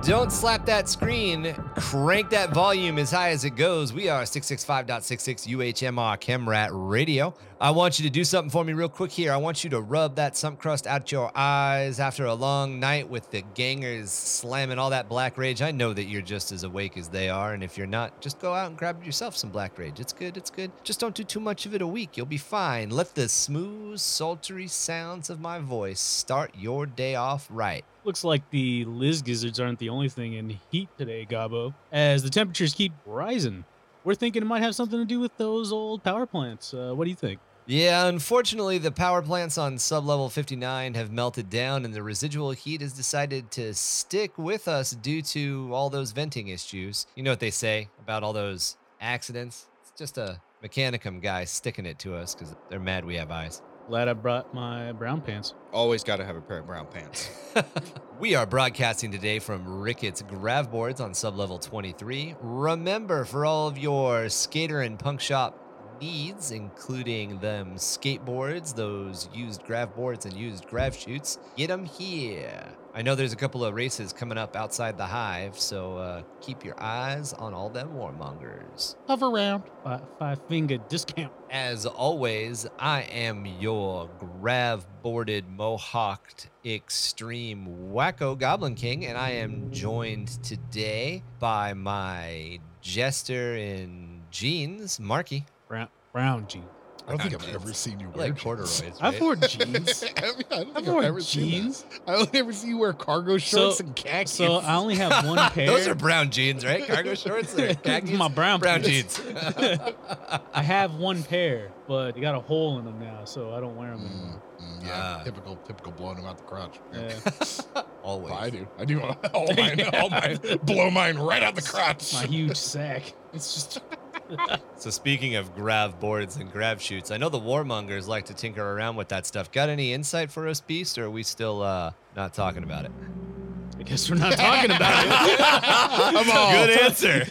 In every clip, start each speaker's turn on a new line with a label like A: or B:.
A: Don't slap that screen. Crank that volume as high as it goes. We are 665.66 UHMR Chemrat Radio. I want you to do something for me real quick here. I want you to rub that sump crust out your eyes after a long night with the gangers slamming all that black rage. I know that you're just as awake as they are. And if you're not, just go out and grab yourself some black rage. It's good. It's good. Just don't do too much of it a week. You'll be fine. Let the smooth, sultry sounds of my voice start your day off right.
B: Looks like the Liz Gizzards aren't the only thing in heat today, Gabo, as the temperatures keep rising. We're thinking it might have something to do with those old power plants. Uh, what do you think?
A: Yeah, unfortunately, the power plants on sublevel 59 have melted down, and the residual heat has decided to stick with us due to all those venting issues. You know what they say about all those accidents? It's just a Mechanicum guy sticking it to us because they're mad we have eyes.
B: Glad I brought my brown pants.
C: Always got to have a pair of brown pants.
A: we are broadcasting today from Ricketts Grav Boards on sublevel 23. Remember, for all of your skater and punk shop needs, including them skateboards, those used grav boards and used grav chutes, get them here. I know there's a couple of races coming up outside the hive, so uh, keep your eyes on all them warmongers.
B: Hover around. Five, five finger discount.
A: As always, I am your grav boarded, mohawked, extreme wacko goblin king, and I am joined today by my jester in jeans, Marky.
B: Brown, brown jeans.
D: I don't think
C: Not
D: I've
C: jeans.
D: ever seen you
A: I
D: wear
A: like
D: jeans.
A: corduroys.
B: I've
A: right?
B: worn
D: I mean,
B: jeans.
D: I don't think I've,
B: I've
D: ever
B: worn
D: seen that.
B: jeans.
D: I only ever see you wear cargo shorts and khakis.
B: So uh, I only have one pair.
A: Those are brown jeans, right? Cargo shorts or khakis?
B: my brown,
A: brown
B: pants.
A: jeans.
B: I have one pair, but they got a hole in them now, so I don't wear them anymore.
D: Mm, mm, yeah,
A: Ah.
D: typical, typical blowing them out the crotch.
A: Mm.
B: Yeah.
A: Always.
D: Well, I do. I do all mine, all mine, blow mine right out the crotch.
B: my huge sack. It's just
A: So speaking of grav boards and grav shoots, I know the warmongers like to tinker around with that stuff. Got any insight for us, Beast, or are we still uh, not talking about it?
B: I guess we're not talking about it.
D: I'm all-
A: Good answer.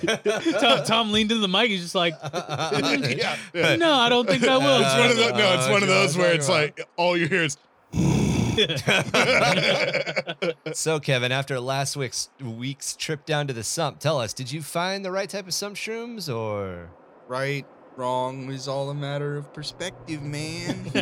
B: Tom, Tom leaned into the mic. He's just like,
D: yeah, yeah.
B: no, I don't think I will.
D: It's one of the, no, it's
A: Uh,
D: one of those
A: yeah,
D: where
A: talking about-
D: it's like all you hear is.
A: so Kevin, after last week's week's trip down to the sump, tell us, did you find the right type of sump shrooms or
C: right, wrong is all a matter of perspective, man.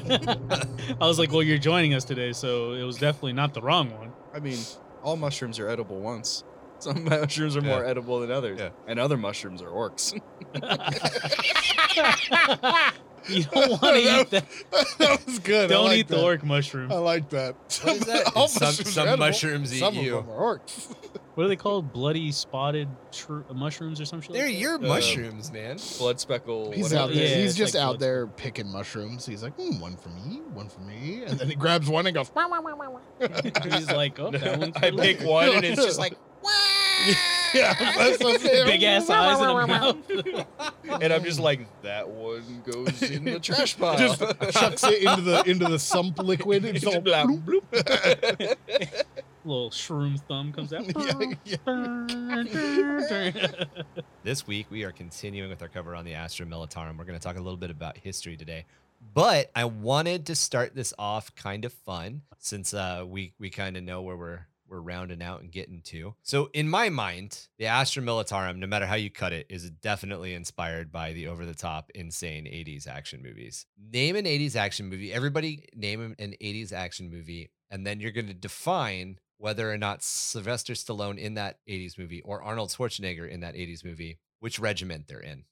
B: I was like, well, you're joining us today, so it was definitely not the wrong one.
C: I mean, all mushrooms are edible once. Some mushrooms are more edible than others,
A: Yeah.
C: and other mushrooms are orcs.
B: You don't want to eat that.
D: that was good. I
B: Don't
D: like
B: eat the
D: that. Oh.
B: orc mushroom.
D: I like that. Some,
A: is that?
D: all
A: Some-
D: mushrooms
A: some
D: are edible.
A: mushrooms eat
D: some
A: you.
D: Of them are orcs.
B: What are they called? Bloody spotted tru- mushrooms or some shit?
A: they're
B: like that?
A: your
C: Uh,
A: mushrooms, man?
C: Blood speckle.
D: He's
C: whatever.
D: out there.
B: Yeah,
D: He's
B: it's
D: just
B: like
D: out
B: blood-
D: there picking mushrooms. He's like, hmm, one for me, one for me, and then he grabs one and goes. "Wah, wah, wah, wah, wah."
B: He's like, oh, that one's
C: I
B: for me."
C: pick one, and it's just like,
D: yeah, that's what I'm saying.
B: big ass eyes and a mouth.
C: and I'm just like, that one goes in the trash pile.
D: Just chucks it into the into the sump liquid.
C: It's
D: It's all
C: just blah,
D: bloop.
C: bloop.
B: Little shroom thumb comes out.
D: Yeah, yeah.
A: This week, we are continuing with our cover on the Astra Militarum. We're going to talk a little bit about history today. But I wanted to start this off kind of fun since uh, we, we kind of know where we're, we're rounding out and getting to. So, in my mind, the Astra Militarum, no matter how you cut it, is definitely inspired by the over the top, insane 80s action movies. Name an 80s action movie. Everybody name an 80s action movie, and then you're going to define whether or not Sylvester Stallone in that 80s movie or Arnold Schwarzenegger in that 80s movie, which regiment they're in.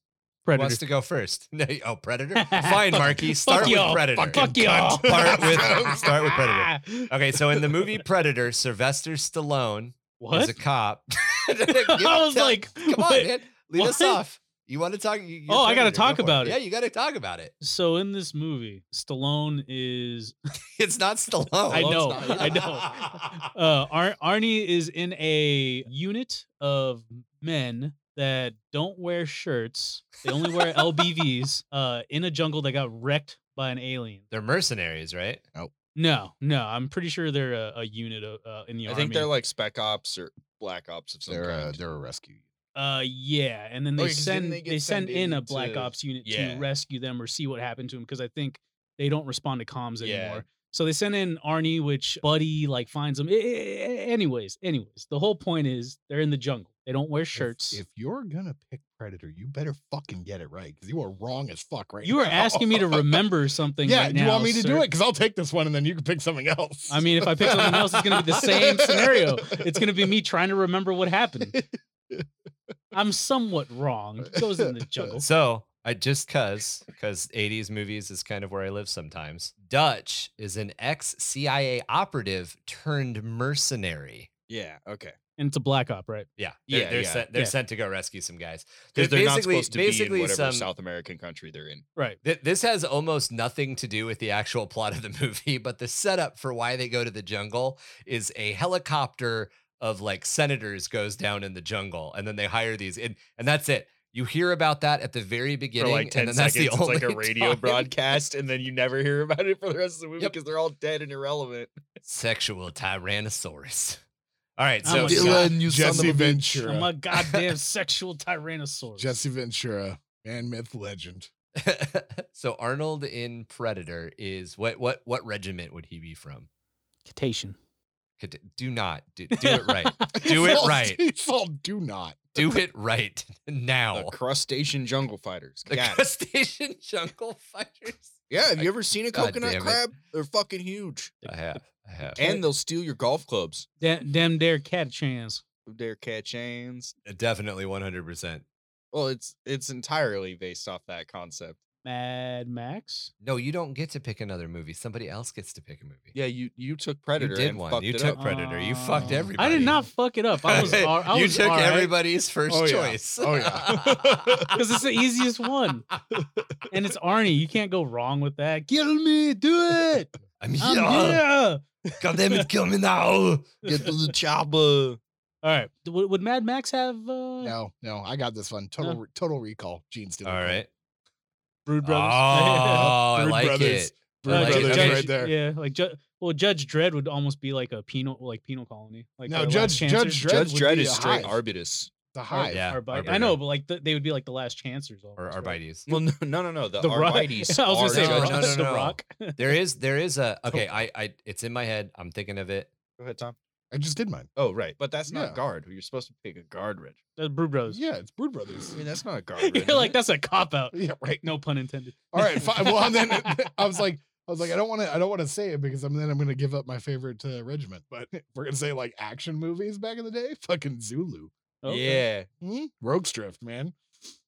A: Who wants to go first? No, oh, Predator? Fine, Marky. Start
B: Fuck
A: with
B: y'all.
A: Predator.
B: Fuck y'all.
A: Start with, start with Predator. Okay, so in the movie Predator, Sylvester Stallone is
B: What?
A: a cop.
B: I was like,
A: come on,
B: wait,
A: man. Lead us
B: what?
A: off. You want to talk? you- you're
B: Oh, I gotta
A: Predator,
B: talk
A: for
B: about it.
A: Yeah, you got to talk about it.
B: So in this movie, Stallone is
A: It's not Stallone.
B: I know,
A: It's not-
B: I know. uh, Ar- Arnie is in a unit of men that don't wear shirts. They only wear LBVs uh, in a jungle that got wrecked by an alien.
A: They're mercenaries, right?
B: No, no, I'm pretty sure they're a, a unit of, uh, in the
C: I
B: army.
C: think they're like spec ops or black ops of some
D: They're a,
C: kind.
D: they're a rescue.
B: uh, yeah, and then they
C: Oh, yeah, 'cause didn't
B: send
C: they
B: they,
C: get
B: send
C: sent
B: in
C: in
B: a black
C: to-
B: ops unit
C: Yeah.
B: to rescue them or see what happened to them because I think they don't respond to comms
C: Yeah.
B: anymore. So they send in Arnie, which Buddy like finds him. Anyways, anyways, the whole point is they're in the jungle. They don't wear
D: If-
B: shirts.
D: If, you're gonna pick Predator, you better fucking get it right because you are wrong as fuck right
B: you were
D: now.
B: asking me to remember something.
D: yeah,
B: right
D: do you want
B: now,
D: me to
B: sir.
D: do it? Because I'll take this one and then you can pick something else.
B: I mean, if I pick something else, it's gonna be the same scenario. It's gonna be me trying to remember what happened. I'm somewhat wrong. It goes in the jungle.
A: So I just cuz cuz 80s movies is kind of where I live sometimes. Dutch is an ex CIA operative turned mercenary.
C: Yeah. Okay.
B: And it's a black op, right?
A: Yeah, they're,
C: Yeah,
A: they're
C: yeah,
A: sent. They're
B: yeah.
A: sent to go rescue some guys.
C: Because
A: They're
C: they're not
A: basically-
C: supposed to be in
A: basically
C: whatever
A: some-
C: South American country they're in.
B: Right.
A: Th- This has almost nothing to do with the actual plot of the movie, but the setup for why they go to the jungle is a helicopter of like senators goes down in the jungle, and then they hire these, and and that's it. You hear about that at the very
C: For
A: beginning,
C: like
A: and
C: ten
A: then that's
C: seconds,
A: the
C: it's
A: only
C: like a radio
A: time.
C: broadcast, and then you never hear about it for the rest of the movie
A: Yep.
C: because they're all dead and irrelevant.
A: Sexual tyrannosaurus. All right,
B: Oh
A: so
B: my God.
D: you Jesse Ventura.
B: I'm a goddamn sexual tyrannosaurus.
D: Jesse Ventura, man, myth, legend.
A: so Arnold in Predator is what what what regiment would he be from?
B: Cetacean.
A: Could, do not do, do it right. Do it
D: Saul-
A: right.
D: Saul, do not.
A: Do it right now.
C: The crustacean jungle fighters.
A: The
C: Got it.
A: crustacean jungle fighters.
C: yeah. Have you ever seen a
A: God
C: coconut
A: damn it.
C: crab? They're fucking huge,
A: I have. I have.
C: and they'll steal your golf clubs.
B: Damn, damn dare cat chance.
C: They're cat chains.
A: Definitely 100%.
C: Well, it's it's entirely based off that concept.
B: Mad Max.
A: No, you don't get to pick another movie. Somebody else gets to pick a movie.
C: Yeah, you you took Predator.
A: you did
C: and
A: one.
C: fucked
A: You
C: it
A: took
C: up.
A: Predator. You fucked
D: Oh. I did
A: everybody.
B: I did not fuck it up. I was. all- I
A: you
B: was
A: took
B: all right,
A: everybody's first
D: Oh, yeah.
A: choice.
D: Oh, yeah.
B: Because it's the easiest one. And it's Arnie. You can't go wrong with that. Kill me. Do it.
A: I'm
B: I'm
A: here.
B: here.
A: God damn it, kill me now.
C: Get to the chopper.
B: All right. D- Would, would Mad Max have uh,
D: No, no, I got this one. Total, re- total recall. Gene's doing
A: All right.
B: Brood
A: Oh,
B: Brothers?
A: I
D: Brood
A: like it. I
D: Brothers.
A: like
B: Ju-
A: it.
D: Brothers
B: Judge-
D: right there.
B: Yeah, like Ju- well, Judge Dredd would almost be like a penal, like penal colony. Like
D: No,
B: the
D: Judge-
B: Last
D: Judge
B: Chancers.
D: Dredd
C: Judge
D: would
C: Dredd
D: be
C: is
D: a
C: straight
D: hive.
C: Arbitus.
D: The hive.
A: Yeah,
B: Arbiter. I
A: Arbiter.
B: know, but like th- they would be like the last chancers. Almost,
A: Or
B: right?
A: Arbites.
C: Well, no, no, no, no. The,
B: The Rock.
C: Arbites
B: I was
C: are
B: gonna say
A: No,
B: Rock-
A: no, no,
B: the
A: no.
B: Rock.
A: There is there is a okay, I I it's in my head. I'm thinking of it.
C: Go ahead, Tom.
D: I just did mine.
C: Oh, right. But that's not
D: Yeah.
C: guard. You're supposed to pick a guard Rich.
B: The Brew Bros.
D: Yeah, it's Brood
C: I
D: Brothers.
C: mean, that's not a guard
B: You're like that's a cop out.
D: Yeah, right.
B: No pun intended.
D: All right, fine. Well, then I was like, I was like, I don't want to, I don't want to say it because I'm then I'm going to give up my favorite uh, regiment. But we're going to say like action movies back in the day, fucking Zulu,
B: Okay.
D: hmm? Rogue's Drift, man.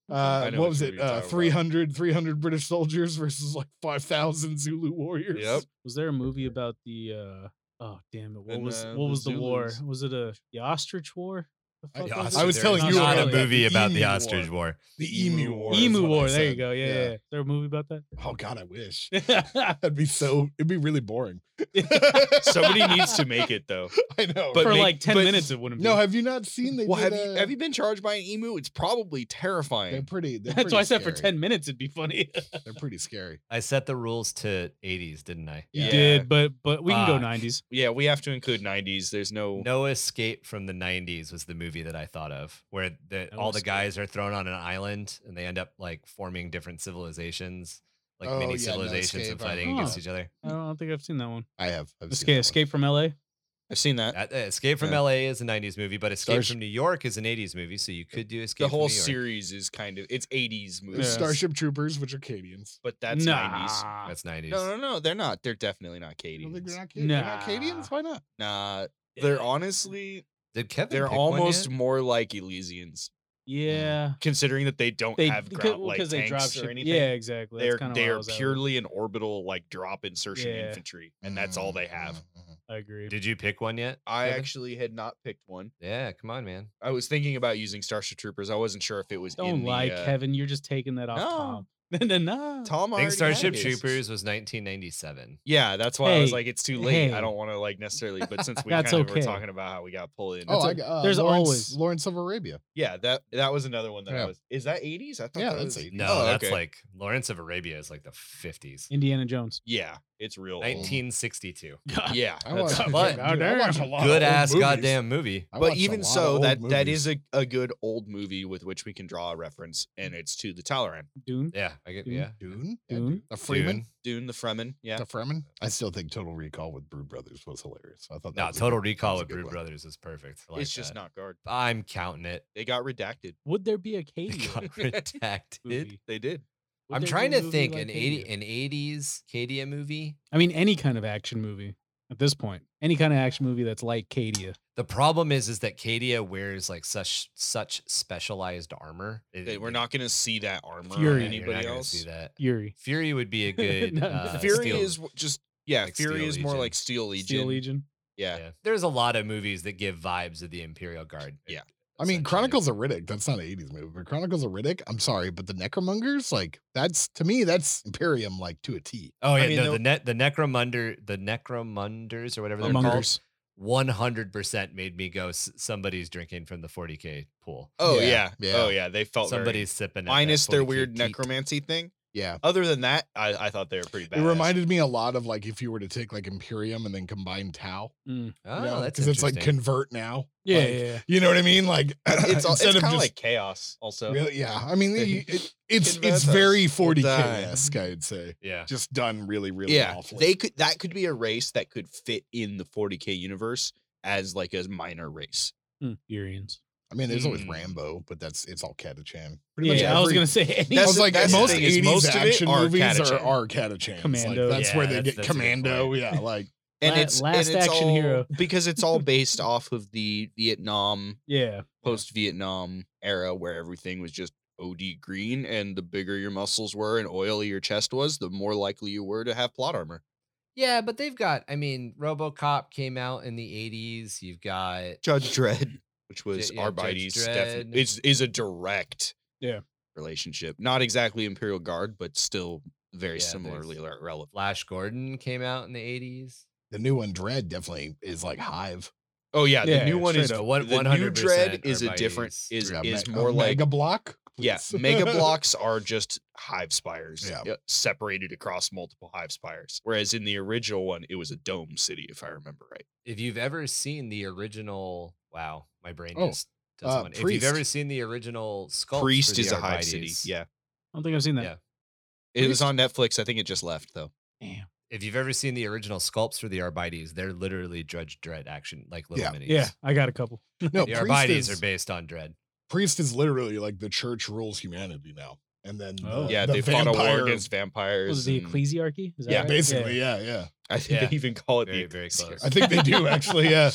C: I
D: Uh,
C: know
D: what
C: what
D: was
C: you're
D: it? Uh,
C: talking about.
D: 300, 300 British soldiers versus like five thousand Zulu warriors.
C: Yep.
B: Was there a movie about the? uh Oh damn it! What
C: And,
B: was
C: uh,
B: what
C: the
B: was the, war?
C: Zulus.
B: Was it a the ostrich war? The
A: I,
B: fuck
A: ostrich-
B: it?
D: I was
A: there
D: telling
A: is
B: No,
D: you
B: not
A: not a
D: about
B: really.
D: that.
A: movie
D: The
A: about the
D: Emu
A: ostrich war.
D: The Emu War. is
B: Emu
D: what I
B: War. There you
D: said.
B: go. Yeah, yeah. yeah. Is there a movie about that?
D: Oh God, I wish that'd be so. It'd be really boring.
C: Somebody needs to make it though.
D: I know.
C: But
B: For
C: make-
B: like ten
C: but-
B: minutes, it wouldn't.
D: no,
B: be.
D: have you not seen? They
C: Well, have
D: did,
C: you
D: uh,
C: have you been charged by an emu? It's probably
D: They're
C: terrifying.
D: pretty. They're
B: That's why I
D: pretty
B: said for
D: scary.
B: ten minutes it'd be funny.
D: They're pretty scary.
A: I set the rules to 80s, didn't I?
B: You
C: Yeah.
B: did, but but we can go
A: Fuck.
B: nineties.
C: Yeah, we have to include 90s. There's no,
A: No Escape from the 90s was the movie that I thought of, where the,
B: No
A: all the
B: Escape.
A: guys are thrown on an island and they end up like forming different civilizations, like
D: Oh, yeah,
A: mini
D: No
A: civilizations
D: Escape,
A: and
D: I
A: fighting
B: remember.
A: against each other.
B: I don't, I don't think I've seen that one.
D: I have. I've seen that
B: Escape,
D: one.
B: Escape from L.A.
C: I've seen that.
A: That- uh, Escape from
C: Yeah.
A: LA is a 90s movie, but Escape
D: Stars-
A: from New York is an 80s movie, so you could do Escape
C: The whole
A: from New York.
C: series is kind of it's 80s
D: There's
C: movies.
B: Yeah.
D: Starship Troopers, which are Cadians.
C: But that's
B: nah.
C: 90s.
A: That's 90s.
C: No, no, no, they're not. They're definitely not
D: I don't think
C: Cadians.
D: they're not, Ca- they're not
B: Nah.
D: Cadians. Why not?
C: Nah, they're honestly
A: Did Kevin?
C: they're
A: pick one
C: almost
A: yet?
C: more like Elysians,
B: Yeah,
C: considering that they don't
B: they
C: have
B: because
C: ground, like tanks
B: they drop
C: or
B: ship.
C: anything.
B: Yeah, exactly.
C: they're
B: That's kinda where I
C: they're
B: was at with it.
C: purely an orbital like drop insertion
B: Yeah.
C: infantry, and that's
D: Mm.
C: all they have.
D: Mm-hmm.
B: I agree.
A: Did you pick one yet?
C: I
A: Kevin?
C: actually had not picked one.
A: Yeah, come on, man.
C: I was thinking about using Starship Troopers. I wasn't sure if it was in
B: Don't lie,
C: the, uh,
B: Kevin. You're just taking that off.
C: No.
B: Tom. no, no.
A: I
C: Tom
A: think
C: already had
A: Starship
C: his.
A: Troopers was 1997.
C: Yeah, that's why I was
B: Hey,
C: like, it's too late.
B: hey.
C: I don't want to like necessarily, but since we
B: That's
C: kind of were
B: okay.
C: talking about how we got pulled in,
D: Oh, I,
B: a-
D: g- uh,
B: there's
D: Lawrence,
B: always-
D: Lawrence of Arabia.
C: yeah, that that was another one that I
D: Yeah.
C: was. Is that 80s? I thought
D: Yeah,
C: that
D: that's
C: was
D: 80s.
A: No,
C: Oh,
A: that's
C: okay.
A: like Lawrence of Arabia is like the 50s.
B: Indiana Jones.
C: yeah, it's real. old.
A: 1962.
C: Yeah,
D: I
C: that's-
D: watch,
B: fun.
D: but,
B: Oh,
D: dude, I watch a
B: damn.
D: lot of
A: Good
D: old
A: ass
D: movies.
A: goddamn movie.
D: I
C: but
D: watch a
C: even
D: lot of
C: so,
D: old
C: that that
D: movies.
C: is a, a good old movie with which we can draw a reference, and it's to the Talaran.
B: Dune.
A: Yeah, I get
B: Dune.
A: yeah.
D: Dune?
B: Dune.
D: The Freeman?
A: Dune.
C: Dune the Fremen. Yeah.
D: The Freeman? I still think Total Recall with Brood Brothers was hilarious. I thought that
A: No,
D: was a
A: Total
D: good- that
A: Recall
D: was a
A: with
D: good
A: Brood
D: one.
A: Brothers is perfect. I
C: it's
A: like
C: just
A: that.
C: not guard.
A: I'm counting it.
C: They got redacted.
B: Would there be a
A: It
B: Katie?
A: got redacted.
B: movie?
C: They did.
B: Would
A: I'm
B: there be
A: trying
B: a
A: to
B: movie
A: think
B: like
A: an
B: Katie?
A: 80 an 80s Cadia movie.
B: I mean, any kind of action movie at this point. Any kind of action movie that's like uh, Cadia.
A: The problem is is that Cadia wears like such such specialized armor. It-
C: They, we're
A: it-
C: not going to see that armor on
B: Fury.
A: yeah, you're not
C: anybody
A: gonna
C: else.
A: See that.
B: Fury.
A: Fury would be a good.
B: No,
A: uh,
C: Fury
A: steel-
C: is w- just yeah.
A: like
C: Fury
A: Steel
C: is more
A: Legion.
C: like Steel Legion.
B: Steel Legion.
C: Yeah.
A: yeah. There's a lot of movies that give vibes of the Imperial Guard.
C: Yeah.
D: I mean,
A: essentially.
D: Chronicles of Riddick, that's not an 80s movie, but Chronicles of Riddick, I'm sorry, but the Necromongers, like, that's to me, that's Imperium, like, to a T.
A: Oh yeah,
C: I mean,
A: no,
C: the-
A: the net the necromunda the necromunders or whatever they're called.
B: Amongers.
A: one hundred percent made me go. "S- Somebody's drinking from the forty k pool.
C: Oh
D: Yeah,
C: yeah.
D: yeah.
C: Oh yeah. They felt very-
A: Somebody's sipping. at that
C: minus their
A: 40K
C: weird
A: teat.
C: necromancy thing.
D: Yeah.
C: Other than that, I, I thought they were pretty bad.
D: It reminded me a lot of like if you were to take like Imperium and then combine Tau.
B: Mm.
A: Oh,
D: you know,
A: that's
D: 'cause it's like
A: interesting.
D: convert now.
B: Yeah,
D: Like,
B: yeah, yeah.
D: You know what I mean? Like
C: it's all, it's
D: instead
C: kind
D: of
C: of
D: just-
C: like chaos. Also,
D: Really, yeah. I mean, you- it, it's
C: Convert
D: it's
C: us.
D: very
C: We'll
D: 40k
C: die.
D: esque, I'd say.
A: yeah.
D: Just done really, really
C: yeah,
D: awfully.
C: they could that could be a race that could fit in the 40k universe as like a minor race.
B: Mm. Furians.
D: I mean, there's always
A: Mm.
D: Rambo, but it's it's all Catachan.
B: Yeah, I was gonna say any
D: I
C: That's
D: was
C: the-
D: like,
C: that's the
D: most
C: thing is
D: 80s
C: most of it
D: action
C: are
D: movies
C: Catachan.
D: are, are Catachans.
B: Commando.
D: Like, that's where
A: Yeah,
D: they
A: that's-
D: get
A: that's a good
D: Commando.
A: point.
D: Yeah, like
C: And
B: La-
C: it's
B: Last
C: and it's
B: Action
C: all,
B: Hero.
C: because it's all based off of the Vietnam
B: yeah.
C: post Vietnam era where everything was just OD green, and the bigger your muscles were and oily your chest was, the more likely you were to have plot armor.
A: Yeah, but they've got. I mean, RoboCop came out in the eighties. You've got
C: Judge Dredd, which was
A: yeah, Judge
C: Arbides,
A: Dredd.
C: definite- is is a direct
B: Yeah.
C: relationship. Not exactly Imperial Guard, but still very
A: Yeah, there's-
C: similarly re- relevant.
A: Flash Gordon came out in the eighties.
D: the new one, Dread, definitely is like Hive.
C: Oh yeah,
B: Yeah,
C: the new one
B: straight
C: is
A: up. One-
C: the new
A: 100%
C: Dread is a different
A: Arbides.
C: is
D: Yeah,
C: is
D: Me-
C: more
D: uh,
C: like
D: Mega Block.
C: yeah
D: please.
C: mega blocks are just hive spires
D: Yeah.
C: yeah, separated across multiple hive spires. Whereas in the original one, it was a dome city, if I remember right.
A: If you've ever seen the original, wow, my brain
D: Oh,
A: just does
D: uh,
A: one. If you've ever
D: Priest.
A: seen the original sculpt, for
C: Priest
A: the
C: is a hive city.
A: Arbides,
C: Yeah,
B: I don't think I've seen that.
A: Yeah.
C: it was on Netflix. I think it just left though.
B: Damn.
A: if you've ever seen the original sculpts for the Arbides, they're literally Judge Dredd action, like little
D: Yeah.
A: minis.
B: Yeah, I got a couple.
D: No,
A: the
D: Priest
A: Arbides
D: is,
A: are based on Dredd.
D: Priest is literally like the church rules humanity now. And then
B: Oh.
A: Uh,
D: the-
C: Yeah,
D: the
C: they fought a war
D: vampire-
C: against vampires.
B: Was it the
C: and-
B: Ecclesiarchy? Is that
D: Yeah,
B: right?
D: basically, yeah. yeah,
C: I think
A: Yeah.
C: they even call it
A: Very,
C: the
A: very
C: Ecclesiarchy.
A: close.
D: I think they do actually. Yeah.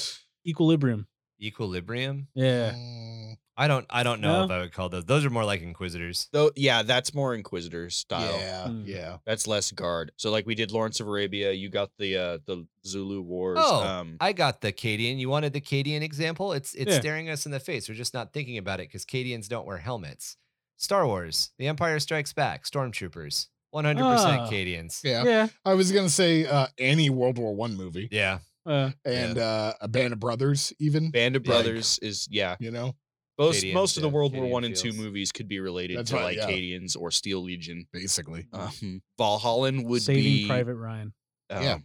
B: Equilibrium.
A: Equilibrium.
B: Yeah.
D: Mm,
A: I don't. I don't know
B: No?
A: if I would call those. Those are more like Inquisitors.
C: Though, yeah, that's more Inquisitor style.
D: yeah,
B: Mm.
D: yeah.
C: That's less guard. So, like we did Lawrence of Arabia. You got the uh the Zulu Wars.
A: Oh,
C: um,
A: I got the Cadian. You wanted the Cadian example? It's it's
B: Yeah.
A: staring us in the face. We're just not thinking about it because Cadians don't wear helmets. Star Wars, The Empire Strikes Back, Stormtroopers, one hundred
B: Ah.
A: percent Cadians.
D: Mm, Yeah.
B: Yeah.
D: I was gonna say uh any World War One movie
A: Yeah,
B: Uh,
D: and uh a band of brothers, even
C: Band of
D: Yeah, like-
C: Brothers is yeah.
D: you know,
C: Most
A: Cadians,
C: most of the
A: yeah,
C: World War
A: Cadian
C: One and Two
A: feels.
C: movies could be related
D: That's
C: to
D: right,
C: like
D: yeah.
C: Cadians or Steel Legion.
D: basically.
C: Um, Valhallan would
B: Saving
C: be
B: Private Ryan.
C: um,
D: Yeah.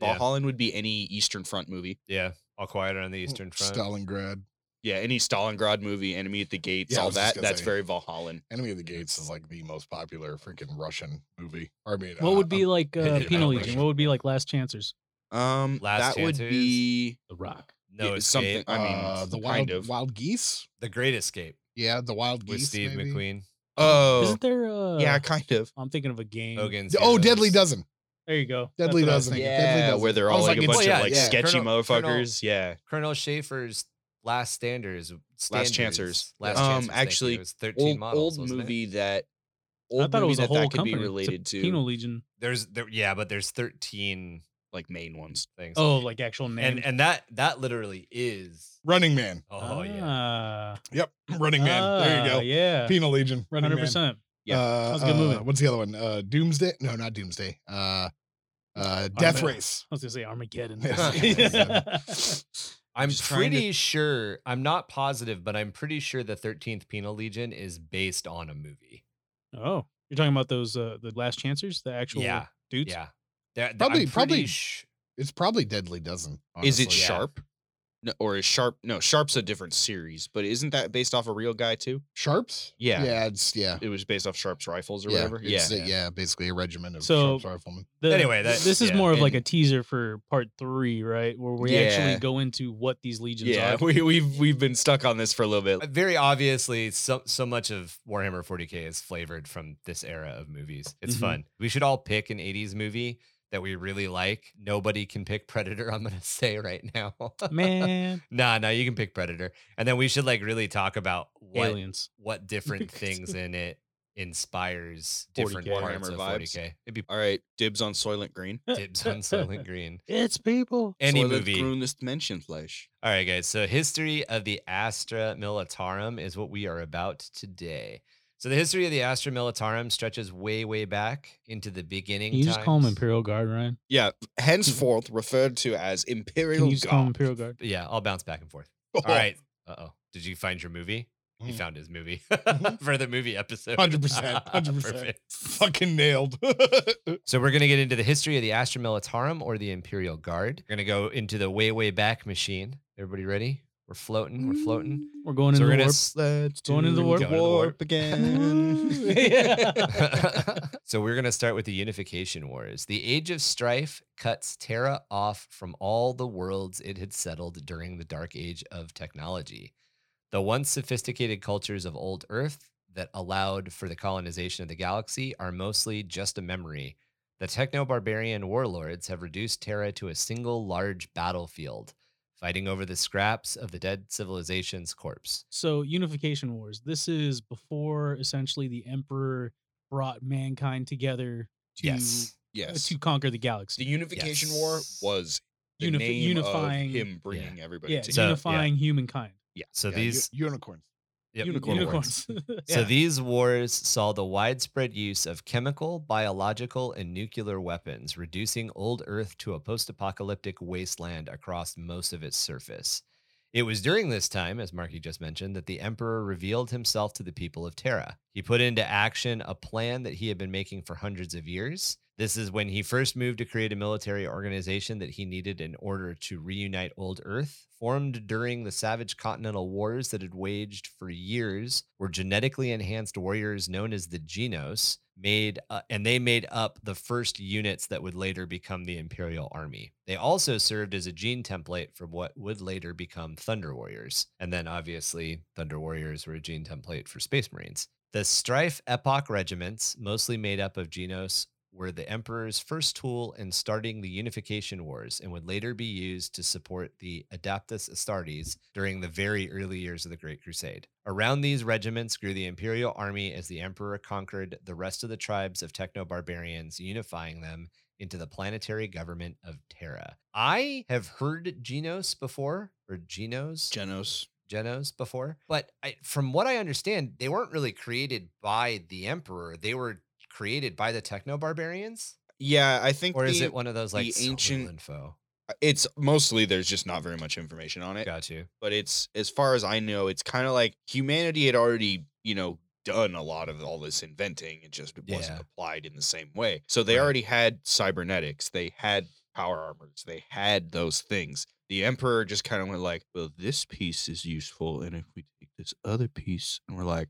A: Yeah.
C: Valhallan would be any Eastern Front movie.
A: yeah. All quiet on the
B: Mm,
A: Eastern Front.
D: Stalingrad,
C: Yeah, any Stalingrad movie, Enemy at the Gates,
D: Yeah, I
C: all
D: was just
C: that.
D: gonna
C: That's
D: say.
C: very Valhallan.
D: Enemy of the Gates is like the most popular freaking Russian movie. I mean,
B: What
D: uh,
B: would be
D: um,
B: like
A: I
B: uh,
A: don't
B: Penal
A: think
B: Legion?
A: so.
B: What would be like Last Chancers?
C: Um,
A: Last
C: that would
A: Chances.
C: be
B: The Rock.
A: No
C: yeah,
A: escape.
C: something. I mean,
D: uh, the wild
C: kind of.
D: wild geese?
A: The Great Escape
D: Yeah, the wild
A: with
D: geese.
A: Steve
D: maybe?
A: McQueen,
C: Oh,
B: Isn't there? Uh,
C: yeah, kind of.
B: I'm thinking of a game.
A: Hogan's.
D: D- Oh, Deadly
A: Heroes.
D: Dozen.
B: There you go. That's
D: Deadly
B: what I was
D: Dozen.
B: thinking.
D: Yeah,
C: Yeah,
D: does
C: where
D: it.
C: they're
D: I was
C: all
D: like,
C: like, a
D: it's-
C: bunch
A: Well, yeah,
C: of like
A: yeah.
C: sketchy
A: Colonel- Colonel-
C: motherfuckers. yeah.
A: Colonel Schaefer's Last Standards.
C: Last
A: standards
C: Chancers.
A: Last
C: Um,
A: Chancers. thank you.
C: actually,
A: it was thirteen
C: Old,
A: models.
C: old
A: wasn't it?
C: movie that. Old
B: I thought it
C: movie
B: was a
C: that
B: whole
C: that could
B: company. It's
C: be
B: a
C: related to
B: Penal Legion.
A: There's there. Yeah, but there's thirteen
C: like main ones.
A: things.
B: Oh, like actual name.
A: and and that that literally is.
D: Running Man.
A: Oh
B: Ah,
A: yeah.
D: Yep, Running Man. there you go.
B: Yeah.
D: Penal Legion. Running
B: Hundred
D: Man.
B: percent.
C: Yeah,
D: Uh,
B: was a good movie.
D: uh, What's the other one? Uh, Doomsday? No, not Doomsday. Uh, uh, Death
B: Man.
D: Race.
B: I was gonna say Armageddon.
D: Yes.
A: I'm
C: just trying to-
A: pretty sure. I'm not positive, but I'm pretty sure the Thirteenth Penal Legion is based on a movie.
B: oh, you're talking about those uh, the last chancers, the actual
A: Yeah,
B: dudes.
A: yeah. That- that- I'm
D: Probably-
A: pretty
D: probably-
A: sh-
D: It's probably Deadly Dozen.
C: Is
D: honestly.
C: it
A: yeah.
C: sharp? No, or is Sharp? No, Sharp's a different series, but isn't that based off a real guy too?
D: Sharps?
A: Yeah.
D: Yeah, it's yeah.
C: It was based off Sharp's rifles or
D: yeah,
C: whatever. Yeah.
D: it's, uh, yeah, basically a regiment of
B: So-
D: Sharps riflemen.
B: The-
A: Anyway, that-
B: this is
A: yeah,
B: more of like a
C: and-
B: teaser for part three, right? Where we actually
C: Yeah.
B: go into what these legions
C: Yeah,
B: are.
C: we, we've we've been stuck on this for a little bit.
A: Uh, Very obviously, so so much of Warhammer 40k is flavored from this era of movies. It's
B: Mhm.
A: fun. We should all pick an 80s movie that we really like. Nobody can pick Predator. I'm gonna say right now.
B: Man,
A: nah, nah, you can pick Predator, and then we should like really talk about what
B: aliens.
A: what different things in it inspires
B: 40K.
A: different parts
C: Warhammer
A: of
C: vibes.
A: 40k. It'd be
C: All right, dibs on Soylent Green.
A: dibs on Silent Green.
B: It's people.
A: Any
C: Soylent
A: movie.
C: Green is Dimension Flesh.
A: All right, guys. So, history of the Astra Militarum is what we are about today. So, the history of the Astra Militarum stretches way, way back into the beginning.
B: Can you just call them
A: times.
B: Imperial Guard, Ryan?
C: Yeah, henceforth referred to as Imperial
B: Can you just call them
C: Guard.
B: Imperial Guard?
A: Yeah, I'll bounce back and forth. All right. Uh oh. Did you find your movie? He
D: Mm.
A: found his movie for the movie episode.
D: 100%, 100%.
A: Perfect.
D: Fucking nailed.
A: So we're going to get into the history of the Astra Militarum or the Imperial Guard. We're going to go into the way, way back machine. Everybody ready? We're floating. We're floating.
B: We're going
A: So
B: into
A: we're
B: the
A: gonna
B: warp.
A: s-
C: Let's
B: Going into the warp.
A: Going to the warp.
B: Yeah.
A: so we're going to start with the unification wars. The Age of Strife cuts Terra off from all the worlds it had settled during the dark age of technology. The once sophisticated cultures of old Earth that allowed for the colonization of the galaxy are mostly just a memory. The techno barbarian warlords have reduced Terra to a single large battlefield, fighting over the scraps of the dead civilization's corpse.
B: So unification wars. This is before essentially the emperor brought mankind together to
A: Yes.
B: uh,
C: Yes.
B: to conquer the
C: The
B: galaxy.
C: Unification War
A: Yes.
C: was the
B: Unifi-
C: name
B: unifying-
C: of him bringing everybody
B: yeah,
A: So-
C: together.
A: yeah.
B: unifying humankind.
A: Yeah. So
D: Yeah, u-
A: these
D: unicorns.
A: yep,
C: unicorn wars.
B: unicorns.
A: So
B: Yeah.
A: these wars saw the widespread use of chemical, biological, and nuclear weapons, reducing old Earth to a post apocalyptic wasteland across most of its surface. It was during this time, as Marky just mentioned, that the Emperor revealed himself to the people of Terra. He put into action a plan that he had been making for hundreds of years. This is when he first moved to create a military organization that he needed in order to reunite old Earth. Formed during the savage continental wars that had waged for years, were genetically enhanced warriors known as the Genos, made uh, and they made up the first units that would later become the Imperial Army. They also served as a gene template for what would later become Thunder Warriors, and then obviously Thunder Warriors were a gene template for Space Marines. The Strife Epoch regiments, mostly made up of Genos, were the Emperor's first tool in starting the Unification Wars and would later be used to support the Adaptus Astartes during the very early years of the Great Crusade. Around these regiments grew the Imperial Army as the Emperor conquered the rest of the tribes of techno barbarians, unifying them into the planetary government of Terra. I have heard Genos before, or Genos.
C: Genos.
A: Genos before. But I, from what I understand, they weren't really created by the emperor. They were created by the techno barbarians.
C: Yeah, I think
A: Or is
C: the-
A: it one of those like
C: the
A: so little
C: ancient-
A: info?
C: it's mostly there's just not very much information on it.
A: Got you.
C: but it's as far as I know, it's kind of like humanity had already, you know, done a lot of all this inventing. It just
A: Yeah.
C: wasn't applied in the same way. So they
A: Right.
C: already had cybernetics, they had power armors, they had those things. The emperor just kind of went like, "Well, this piece is useful, and if we take this other piece, and we're like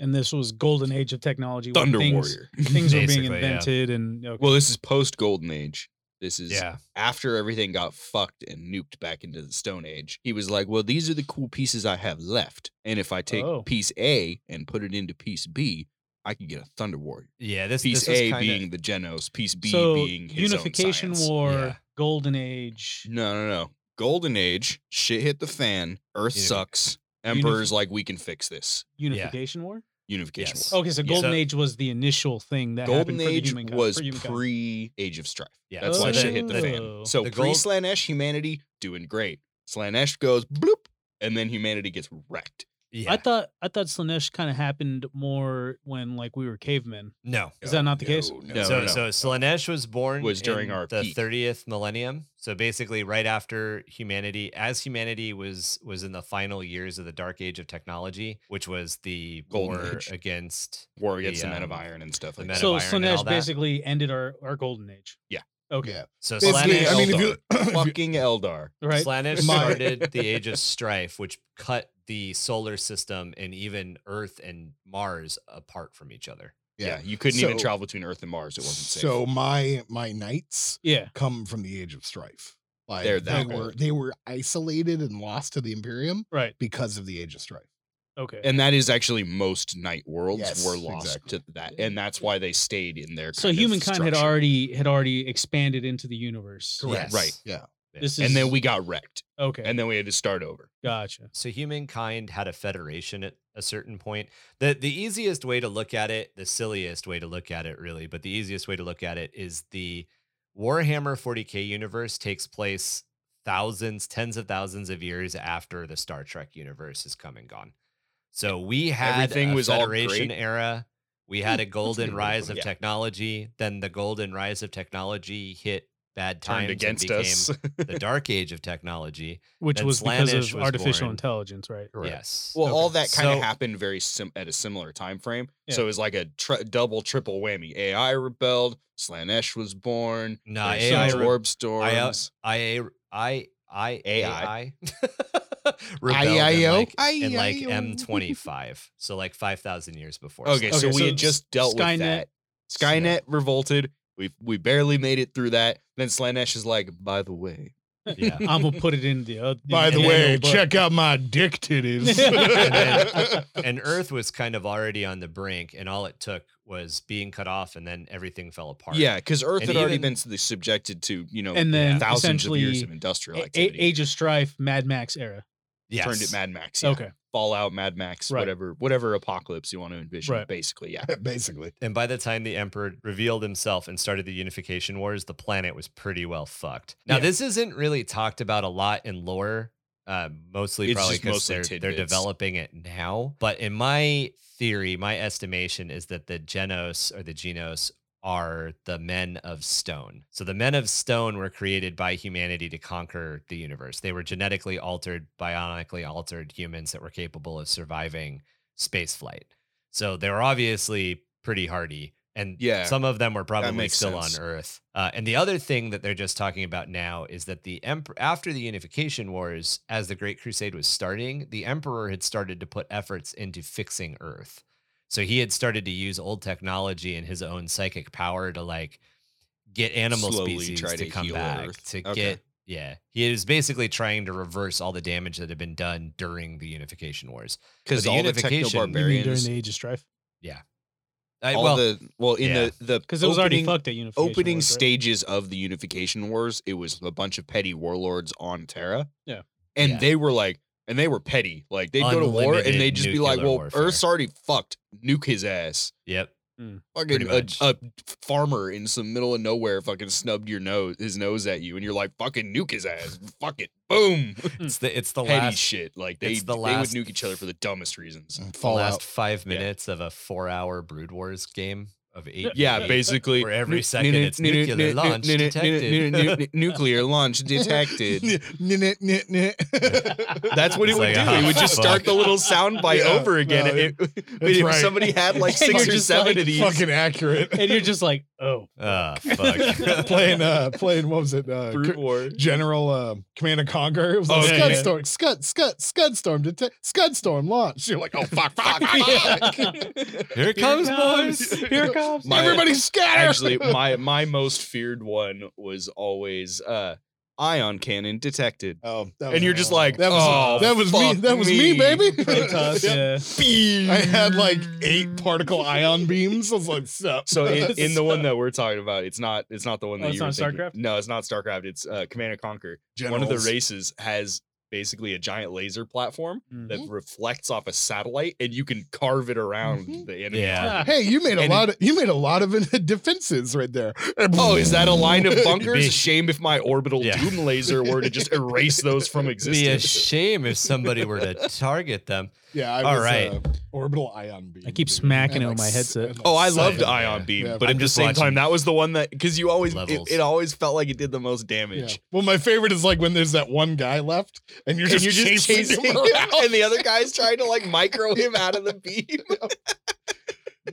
B: and this was golden age of technology. when
C: Thunder
B: things,
C: Warrior."
B: Things were being
A: Basically, yeah.
B: invented, and okay.
C: well, this is post Golden Age. This is
A: Yeah.
C: after everything got fucked and nuked back into the Stone Age, he was like, Well, these are the cool pieces I have left. And if I take
B: Oh.
C: piece A and put it into piece B, I can get a Thunder Warrior.
A: Yeah. This
C: Piece
A: this was
C: A
A: kinda-
C: being the Genos, piece B
B: so
C: being his
B: unification
C: own science.
B: war,
A: Yeah.
B: golden age.
C: No, no, no. Golden Age, shit hit the fan, Earth
A: Unifi-
C: sucks. Emperor's like, We can fix this.
B: Unification war.
C: Unification
A: Yes.
C: war.
B: Okay, so
A: Yeah.
B: Golden
A: So-
B: Age was the initial thing that
C: Golden
B: happened for the
C: Age
B: humankind,
C: was
B: for humankind.
C: pre Age of Strife.
A: Yeah.
C: That's
A: so
C: why
A: the-
C: shit hit the
A: the-
C: fan.
B: Oh.
C: So
A: The
C: pre
A: gold-
C: Slanesh humanity doing great. Slanesh goes bloop, and then humanity gets wrecked.
A: Yeah.
B: I thought I thought Slanesh kind of happened more when like we were cavemen.
A: no.
B: Is that not the case?
C: No,
A: so,
C: no.
A: so Slanesh was born
C: Was during
A: in
C: our
A: the
C: peak.
A: 30th millennium. So basically, right after humanity, as humanity was was in the final years of the Dark Age of technology, which was the
C: Golden
A: war
C: Age.
A: against
C: War against the, Men of
A: um,
C: Iron and stuff
A: the
C: like
A: Men
C: that.
A: of
B: So
A: iron and all
B: Slanesh
A: that.
B: basically ended our our Golden Age.
C: Yeah.
B: Okay.
D: Yeah.
A: So
D: Basically,
A: Slanesh,
D: I mean, if
A: Eldar.
D: you, if you-
C: Fucking Eldar.
B: Right.
A: Slanesh
D: My-
A: started the Age of Strife, which cut the solar system and even Earth and Mars apart from each other.
C: Yeah.
D: yeah.
C: you couldn't even
D: So-
C: travel between Earth and Mars. It wasn't safe.
D: So my my knights
B: Yeah.
D: come from the Age of Strife. Like
C: They're
D: they
C: that
D: were
C: old.
D: they were isolated and lost to the Imperium
B: Right.
D: because of the Age of Strife.
B: Okay.
C: and that is actually most night worlds
D: Yes,
C: were lost
D: exactly.
C: to that, and that's why they stayed in their.
B: so
C: kind of
B: humankind had
C: structure.
B: already had already expanded into the universe.
D: Correct.
A: Right.
D: Yeah.
B: This is
C: and then we got wrecked,
B: okay.
C: and then we had to start over.
B: gotcha.
A: So humankind had a federation at a certain point. The the easiest way to look at it, the silliest way to look at it really, but the easiest way to look at it is the Warhammer 40K universe takes place thousands, tens of thousands of years after the Star Trek universe has come and gone. So we had
C: Everything
A: a
C: was all
A: federation
C: great. Hmm,
A: era. We had a
C: good
A: golden
C: way to
A: rise
C: put
A: of
C: it. Yeah.
A: technology. Then the golden rise of technology hit bad times
C: Turned
A: and
C: against
A: became
C: us.
A: the dark age of technology.
B: Which
A: Then
B: was because
A: Slanesh
B: of
A: was
B: artificial
A: born.
B: intelligence, right?
A: Yes.
C: Well, all that kind of
A: So-
C: happened very sim- at a similar time frame.
B: Yeah.
C: So it was like a tri- double, triple whammy. AI rebelled. Slanesh was born.
A: No,
C: there's
A: AI
C: huge
A: re-
C: warp storms.
A: I I I
C: AI.
D: oh,
A: rebelled
C: I-
A: in like, in like
C: I-
A: M twenty five, so like five thousand years before.
C: Okay, so
B: Okay,
C: we
B: so
C: had just dealt
B: Skynet-
C: with that. Skynet revolted. We we barely made it through that. Then Slanesh is like, by the way,
A: Slanesh. yeah.
B: I'm gonna put it in the other.
D: By the
B: in
D: way,
B: little book.
D: check out my dick titties.
A: And And Earth was kind of already on the brink, and all it took was being cut off, and then everything fell apart.
C: yeah, because Earth
A: And
C: had already
A: even-
C: been s- subjected to you know
B: And then
C: thousands of years
B: essentially
C: of industrial
B: A-
C: activity.
B: Age of Strife, Mad Max era.
A: yes.
C: Turned it Mad Max. yeah.
B: Okay.
C: Fallout, Mad Max,
B: Right.
C: whatever, whatever apocalypse you want to envision,
B: Right.
C: basically. Yeah.
D: Basically.
A: And by the time the Emperor revealed himself and started the Unification Wars, the planet was pretty well fucked. Now,
B: Yeah.
A: this isn't really talked about a lot in lore, uh, mostly
C: It's
A: probably
C: just
A: because
C: mostly
A: they're, they're
C: tidbits.
A: developing it now. But in my theory, my estimation is that the Genos or the Genos are the men of stone. So the men of stone were created by humanity to conquer the universe. They were genetically altered, bionically altered humans that were capable of surviving space flight. So they were obviously pretty hardy. And
C: Yeah,
A: some of them were probably
C: makes
A: still
C: sense.
A: on Earth. Uh, and the other thing that they're just talking about now is that the emperor, after the Unification Wars, as the Great Crusade was starting, the Emperor had started to put efforts into fixing Earth. So he had started to use old technology and his own psychic power to like get animal
C: Slowly
A: species
C: try
A: to,
C: to
A: come
C: heal
A: back
C: Earth.
A: to
C: Okay.
A: get yeah. He was basically trying to reverse all the damage that had been done during the Unification Wars.
C: Because
A: the
C: all the
A: unification-
C: techno
A: You mean
B: You mean during
C: barbarians,
B: the Age of Strife?
A: I,
C: all
A: well,
C: the well in
A: yeah.
C: the the
B: Because it was already
C: opening-
B: fucked at Unification.
C: opening
B: Wars, right?
C: stages of the unification wars it was a bunch of petty warlords on terra
B: Yeah.
C: and
A: Yeah.
C: they were like and they were petty like they'd go to war and
A: Unlimited
C: they'd just be like
A: nuclear
C: well
A: warfare."
C: earth's already fucked nuke his ass
A: yep. Pretty
C: fucking a,
A: much.
C: a farmer in some middle of nowhere fucking snubbed your nose his nose at you and you're like fucking nuke his ass fuck it boom
A: It's the it's the
C: Hmm. petty
A: last
C: shit like they,
A: it's the last-
C: they would nuke each other for the dumbest reasons
A: the
D: And
A: last
D: Fallout.
A: five
C: Yeah.
A: minutes of a four hour Brood Wars game of eight.
C: yeah
A: people,
C: basically
A: Where every
C: nu-
A: second
C: nu-
A: it's
C: nu- nu-
A: nuclear
C: nu-
A: launch
C: nu- nu- nu-
A: detected.
C: nu- nu- nuclear launch detected
D: Nyeh, nyeh, nyeh,
B: Hmm.
D: nyeh.
C: That's what it
A: It's
C: would
A: like,
B: "Ah,
C: do. It would just start
A: fuck.
C: the little sound bite
D: Yeah,
C: over again.
D: no,
C: It- it- but
D: that's
C: if
D: right.
C: somebody had like
B: And
C: six
B: you're
C: or
B: just
C: seven
B: like,
C: of these,
D: Fucking accurate.
B: and you're just like, oh,
A: Ah, fuck.
D: playing uh playing what was it? Uh,
C: brute
D: Cr-
C: war.
D: General uh, Command and Conquer. It was
B: Oh,
D: like
B: yeah,
D: Scud
B: yeah.
D: Storm, Scud, Scud, Scud Storm, dete- Scud Storm launch. You're like, oh fuck, fuck, fuck.
A: Here it comes, boys.
B: Here it comes.
C: My-
D: Everybody scatter.
C: Actually, my my most feared one was always uh ion cannon detected.
D: oh, that was
C: And you're just like,
D: that was
C: oh,
D: that was me,
C: fuck
D: that was me,
B: Protoss,
D: baby.
B: yeah.
D: I had like eight particle ion beams. I was like, sup.
C: So in, in the one that we're talking about, it's not it's not the one
B: Oh,
C: that
B: it's
C: you were
B: not
C: thinking.
B: StarCraft?
C: No, it's not StarCraft. It's uh, Command and Conquer. One of
D: Generals.
C: the races has basically a giant laser platform
B: Mm.
C: that reflects off a satellite, and you can carve it around
B: Mm-hmm.
D: Mhm.
C: the enemy.
A: Yeah.
C: army.
D: Hey, you made a
C: And
D: lot of you made a lot of defenses right there.
C: Oh, is that a line of bunkers?
A: Be-
C: Shame if my orbital
A: Yeah.
C: doom laser were to just erase those from
A: be a
C: existence.
A: shame if somebody were to target them.
D: Yeah, I
A: All
D: was,
A: right.
D: uh, orbital ion beam.
B: I keep
D: dude.
B: smacking
D: And,
B: it with my
D: s-
B: headset.
D: and, like,
C: Oh, I
D: sun.
C: loved
A: Yeah.
C: Ion Beam,
D: Yeah.
C: but
A: I'm
C: at the
A: just
C: same time,
A: watching
C: that was the one that because you always it,
A: levels.
C: it always felt like it did the most
D: Yeah.
C: damage.
D: Well, my favorite is like when there's that one guy left, and you're
C: And
D: just,
C: you're just
D: chasing,
C: chasing
D: him
C: him,
D: around.
C: and the other guy's trying to like micro him out of the beam.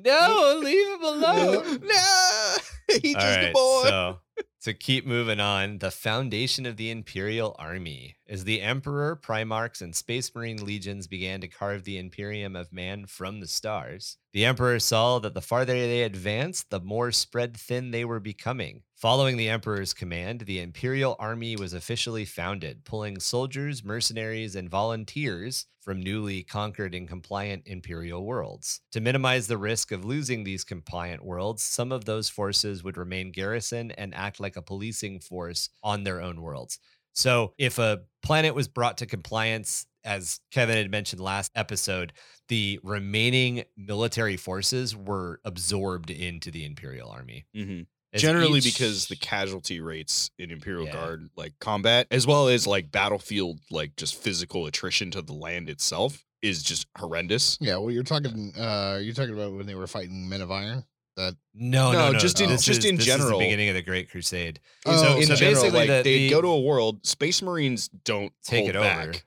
A: No, leave him
C: no,
A: alone.
C: he's just
A: All
C: a
A: right,
C: boy.
A: so to keep moving on, the foundation of the Imperial Army. As the Emperor, Primarchs, and Space Marine legions began to carve the Imperium of Man from the stars, the Emperor saw that the farther they advanced, the more spread thin they were becoming. Following the Emperor's command, the Imperial Army was officially founded, pulling soldiers, mercenaries, and volunteers from newly conquered and compliant Imperial worlds. To minimize the risk of losing these compliant worlds, some of those forces would remain garrison and act like a policing force on their own worlds. So if a planet was brought to compliance, as Kevin had mentioned last episode, the remaining military forces were absorbed into the Imperial Army.
C: Mm-hmm.
A: As
C: Generally,
A: each-
C: because the casualty rates in Imperial
A: Yeah.
C: Guard like combat, as well as like battlefield, like just physical attrition to the land itself, is just horrendous.
D: Yeah, well, you're talking. Uh, you're talking about when they were fighting Men of Iron. That
A: no, no,
C: No,
A: no,
C: just
A: no.
D: in-
A: This
C: just
A: is-
C: in
A: this is the
C: general.
A: beginning of the Great Crusade.
D: Oh,
C: in
A: so
C: general,
A: basically
C: like
A: the-
C: they
A: the-
C: go to a world. Space Marines don't
A: Take
C: hold
A: it
C: back.
A: over.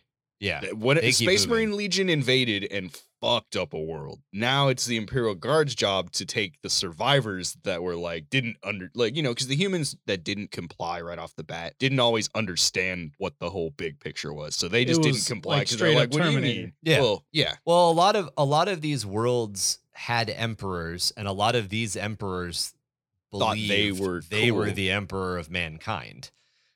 A: Yeah,
C: Th- When
A: They keep
C: Space
A: moving.
C: Marine Legion invaded and fucked up a world, now it's the Imperial Guard's job to take the survivors that were like didn't under like you know because the humans that didn't comply right off the bat didn't always understand what the whole big picture was, so they
B: It
C: just
B: was,
C: didn't comply
B: like,
C: because they're
B: straight
C: like,
B: up
C: "What do
B: Terminator."
C: you mean?"
A: Yeah.
C: well, yeah,
A: Well, a lot of a lot of these worlds had emperors, and a lot of these emperors
C: Thought
A: believed
C: they were
A: they were
C: cool.
A: the emperor of mankind.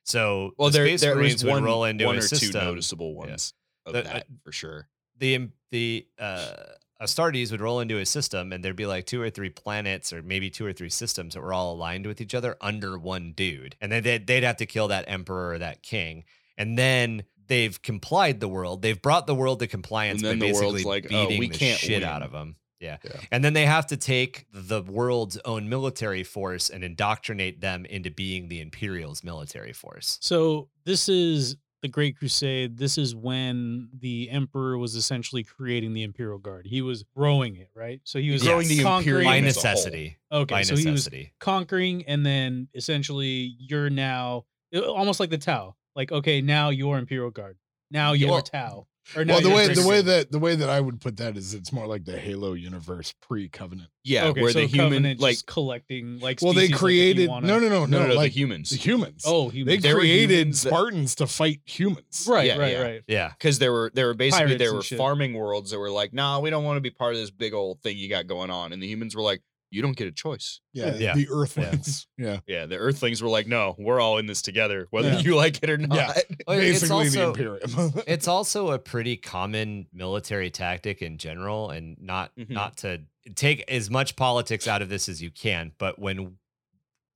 A: So
C: well,
A: the
C: there
A: Space
C: there
A: Marines
C: was one
A: would roll into
C: one
A: a
C: or two
A: system.
C: noticeable ones of
A: The-
B: uh,
C: that for sure.
A: the im- the uh, Astartes would roll into a system, and there'd be like two or three planets, or maybe two or three systems that were all aligned with each other under one dude, and then they'd, they'd have to kill that emperor or that king, and then they've complied the world, they've brought the world to compliance,
C: And then
A: by
C: the world's
A: basically
C: like, "Oh,
A: beating
C: we
A: the
C: can't
A: shit
C: win."
A: out of them. Yeah.
D: Yeah.
A: and then they have to take the world's own military force and indoctrinate them into being the Imperial's military force.
B: So this is the Great Crusade. This is when the Emperor was essentially creating the Imperial Guard. He was growing it, right? So he was
A: Growing the
C: Imperium
B: conquering.
A: By
C: Freedom as a whole.
A: necessity,
B: Okay,
A: by
B: so he was
A: necessity.
B: conquering, and then essentially you're now it- almost like the Tau. Like, okay, now you're Imperial Guard. Now you're
A: Well-
B: Tau. Or
D: well, the
B: you're
D: way the way
B: Grixis.
D: that the way that I would put that is, it's more like the Halo universe pre-Covenant.
C: Yeah,
B: okay,
C: where
B: so
C: the human
B: Covenant
C: like
B: just collecting like
D: Well, they
B: species, like, if you
D: created.
B: wanna-
D: no, no, no,
C: no,
D: no,
C: no,
D: like
C: the humans
D: the humans.
B: Oh,
D: they
B: humans.
C: there were
D: created
C: humans that-
D: Spartans to fight humans.
B: right,
C: yeah,
B: right,
C: yeah.
B: right.
A: Yeah.
C: because there were there were basically
B: Pirates
C: there
B: and
C: were
B: shit.
C: farming worlds that were like, nah, we don't want to be part of this big old thing you got going on, and the humans were like, you don't get a choice.
D: Yeah,
A: Yeah.
D: the Earthlings. Yeah.
C: Yeah, the Earthlings were like, no, we're all in this together, whether
D: Yeah.
C: you like it or not.
A: Well, Oh, it's
D: basically the
A: also-
D: Imperium.
A: it's also a pretty common military tactic in general and not
C: Mhm.
A: not to take as much politics out of this as you can but when